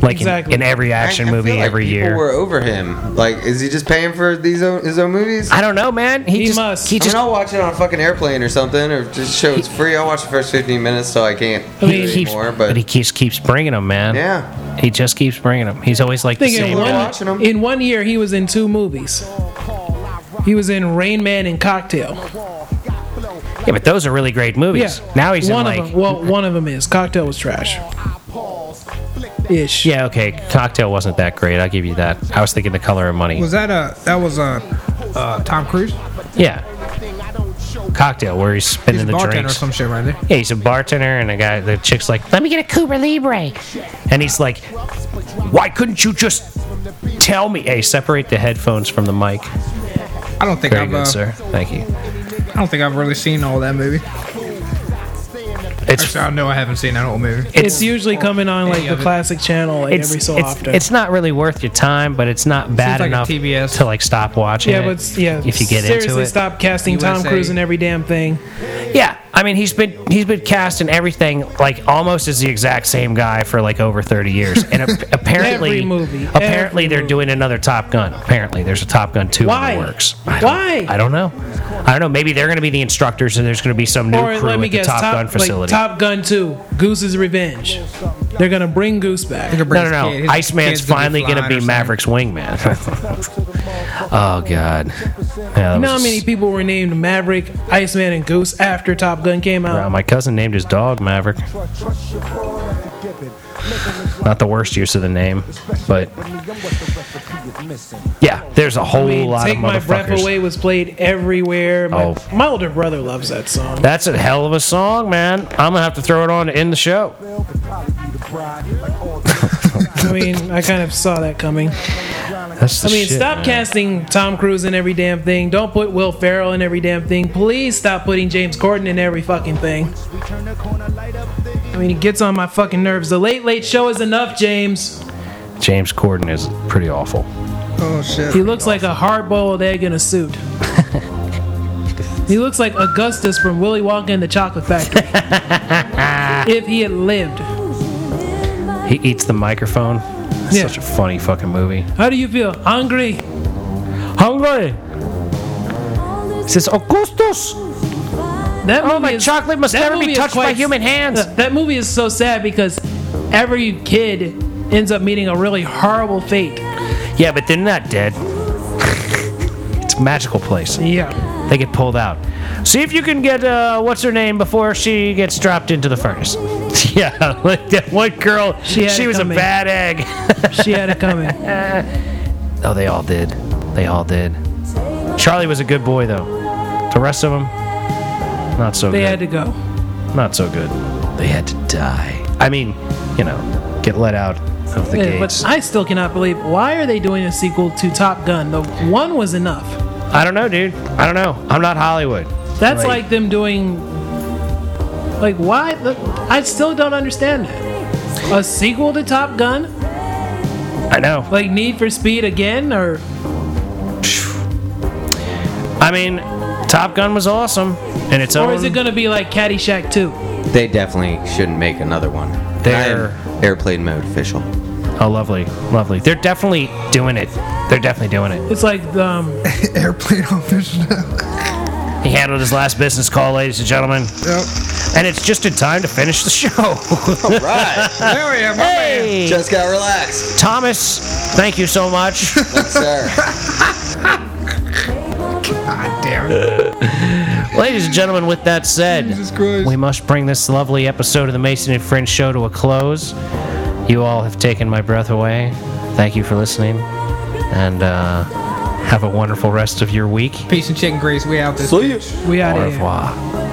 Speaker 1: Like in-
Speaker 2: Exactly.
Speaker 1: in, every action
Speaker 3: I- I
Speaker 1: movie
Speaker 3: feel like
Speaker 1: every
Speaker 3: people
Speaker 1: year.
Speaker 3: Were over him. Like, is he just paying for these own, his own movies? I,
Speaker 1: I don't know, man. He,
Speaker 2: He
Speaker 1: just,
Speaker 2: must.
Speaker 1: He
Speaker 2: I
Speaker 1: just
Speaker 3: mean, I'll watch it on a fucking airplane or something, or just show it's free. I'll watch the first 15 minutes, so I can't
Speaker 2: I mean,
Speaker 1: he
Speaker 3: do it
Speaker 1: keeps,
Speaker 3: anymore.
Speaker 1: but, he keeps keeps bringing them, man.
Speaker 3: yeah,
Speaker 1: He just keeps bringing them. He's always like the
Speaker 2: I think in
Speaker 1: same.
Speaker 3: we're
Speaker 1: guy.
Speaker 3: watching 'em.
Speaker 2: one, in one year, he was in two movies. He was in Rain Man and Cocktail.
Speaker 1: Yeah, but those are really great
Speaker 2: Yeah.
Speaker 1: movies. Now he's
Speaker 2: one
Speaker 1: in
Speaker 2: of
Speaker 1: like
Speaker 2: them. Well, one of them is Cocktail was trash. Ish.
Speaker 1: yeah, okay. Cocktail wasn't that great. I'll give you that. I was thinking The Color of Money.
Speaker 4: Was that a that was a uh, Tom Cruise?
Speaker 1: yeah, Cocktail, where he's
Speaker 4: He's
Speaker 1: spinning
Speaker 4: a
Speaker 1: the
Speaker 4: bartender
Speaker 1: drinks.
Speaker 4: or some shit right there.
Speaker 1: Yeah, he's a bartender, and the guy, the chick's like, "Let me get a Cuba Libre," and he's like, "Why couldn't you just tell me?" Hey, separate the headphones from the mic.
Speaker 4: I don't think
Speaker 1: Very
Speaker 4: I've
Speaker 1: good,
Speaker 4: uh,
Speaker 1: sir. Thank you.
Speaker 4: I don't think I've really seen all that movie.
Speaker 1: It's
Speaker 4: Actually, I know I haven't seen that whole movie.
Speaker 2: It's, usually coming on like
Speaker 4: any
Speaker 2: the
Speaker 4: of it.
Speaker 2: classic channel like
Speaker 1: it's
Speaker 2: every so
Speaker 1: it's,
Speaker 2: often.
Speaker 1: it's not really worth your time, but it's not bad
Speaker 4: like a
Speaker 1: enough
Speaker 4: TBS.
Speaker 1: to like stop watching.
Speaker 2: yeah,
Speaker 1: it
Speaker 2: but yeah.
Speaker 1: if you get
Speaker 2: seriously,
Speaker 1: into it.
Speaker 2: stop casting Tom
Speaker 4: USA.
Speaker 2: Cruise in every damn thing.
Speaker 1: Yeah, I mean he's been he's been cast in everything like almost as the exact same guy for like over thirty years, and ap- apparently
Speaker 2: Every movie,
Speaker 1: apparently
Speaker 2: every
Speaker 1: they're
Speaker 2: movie.
Speaker 1: doing another Top Gun. Apparently there's a Top Gun two
Speaker 2: Why?
Speaker 1: in the works. I don't-
Speaker 2: Why?
Speaker 1: I don't know. I don't know. Maybe they're going to be the instructors, and there's going to be some new
Speaker 2: Or
Speaker 1: crew
Speaker 2: let
Speaker 1: at
Speaker 2: me
Speaker 1: the
Speaker 2: guess,
Speaker 1: Top, Gun
Speaker 2: like,
Speaker 1: facility.
Speaker 2: Top Gun 2, Goose's Revenge. They're gonna bring Goose back.
Speaker 1: no, no, no. Iceman's finally going to be Maverick's wingman. oh God. Yeah, that
Speaker 2: You know
Speaker 1: was
Speaker 2: how many people were named Maverick, Iceman, and Goose after Top Gun came
Speaker 1: Wow,
Speaker 2: out?
Speaker 1: my cousin named his dog Maverick. Not the worst use of the name, but yeah, there's a whole
Speaker 2: I mean,
Speaker 1: lot of
Speaker 2: Take My Breath
Speaker 1: motherfuckers.
Speaker 2: Away was played everywhere. My,
Speaker 1: Oh.
Speaker 2: my older brother loves that song.
Speaker 1: That's a hell of a song, man. I'm gonna have to throw it on to end the show.
Speaker 2: I mean, I kind of saw that coming.
Speaker 1: That's the
Speaker 2: I mean,
Speaker 1: shit,
Speaker 2: stop
Speaker 1: man.
Speaker 2: casting Tom Cruise in every damn thing. Don't put Will Ferrell in every damn thing. Please stop putting James Corden in every fucking thing. I mean, it gets on my fucking nerves. The Late Late Show is enough, James.
Speaker 1: James Corden is pretty awful.
Speaker 4: Oh shit!
Speaker 2: He looks like a hard-boiled egg in a suit. he looks like Augustus from Willy Wonka and the Chocolate Factory. if he had lived.
Speaker 1: He eats the microphone. It's
Speaker 2: Yeah.
Speaker 1: Such a funny fucking movie.
Speaker 2: How do you feel? Hungry?
Speaker 1: Hungry. Says Augustus.
Speaker 2: That
Speaker 1: Oh,
Speaker 2: movie
Speaker 1: my
Speaker 2: is-
Speaker 1: chocolate must
Speaker 2: that
Speaker 1: never
Speaker 2: movie
Speaker 1: be
Speaker 2: is
Speaker 1: touched by
Speaker 2: quite-
Speaker 1: human hands.
Speaker 2: Th- That movie is so sad because every kid ends up meeting a really horrible fate.
Speaker 1: Yeah, but they're not dead. it's a magical place.
Speaker 2: Yeah.
Speaker 1: They get pulled out. See if you can get uh, what's her name before she gets dropped into the furnace. Yeah, like that one girl.
Speaker 2: She
Speaker 1: She,
Speaker 2: had it
Speaker 1: was a
Speaker 2: coming.
Speaker 1: bad egg.
Speaker 2: She had it coming.
Speaker 1: oh, they all did. They all did. Charlie was a good boy though. The rest of them, not so
Speaker 2: They
Speaker 1: good.
Speaker 2: had to go.
Speaker 1: not so good. They had to die. I mean, you know, get let out of the
Speaker 2: Yeah,
Speaker 1: gates.
Speaker 2: but I still cannot believe why are they doing a sequel to Top Gun? The one was enough.
Speaker 1: I don't know, dude. I don't know. I'm not Hollywood.
Speaker 2: That's
Speaker 1: Right.
Speaker 2: like them doing like why the- I still don't understand that. A sequel to Top Gun?
Speaker 1: I know.
Speaker 2: Like Need for Speed again or
Speaker 1: I mean, Top Gun was awesome, and its own.
Speaker 2: or is it going to be like Caddyshack 2?
Speaker 3: they definitely shouldn't make another one.
Speaker 1: They're-
Speaker 3: I am airplane mode official.
Speaker 1: oh, lovely, lovely. They're definitely doing it. They're definitely doing it.
Speaker 2: It's like um
Speaker 4: Airplane office.
Speaker 1: He handled his last business call, ladies and gentlemen,
Speaker 4: yep.
Speaker 1: and it's just in time to finish the show.
Speaker 3: right,
Speaker 4: There we are. My man.
Speaker 1: hey,
Speaker 3: just got relaxed,
Speaker 1: Thomas, thank you so much.
Speaker 3: sir.
Speaker 4: God damn it.
Speaker 1: ladies and gentlemen, with that said,
Speaker 4: Jesus Christ.
Speaker 1: we must bring this lovely episode of the Mason and Fringe show to a close. You all have taken my breath away. Thank you for listening, and uh, have a wonderful rest of your week.
Speaker 4: Peace and chicken grease. We out this.
Speaker 2: we out
Speaker 1: Au
Speaker 2: of here.
Speaker 1: revoir.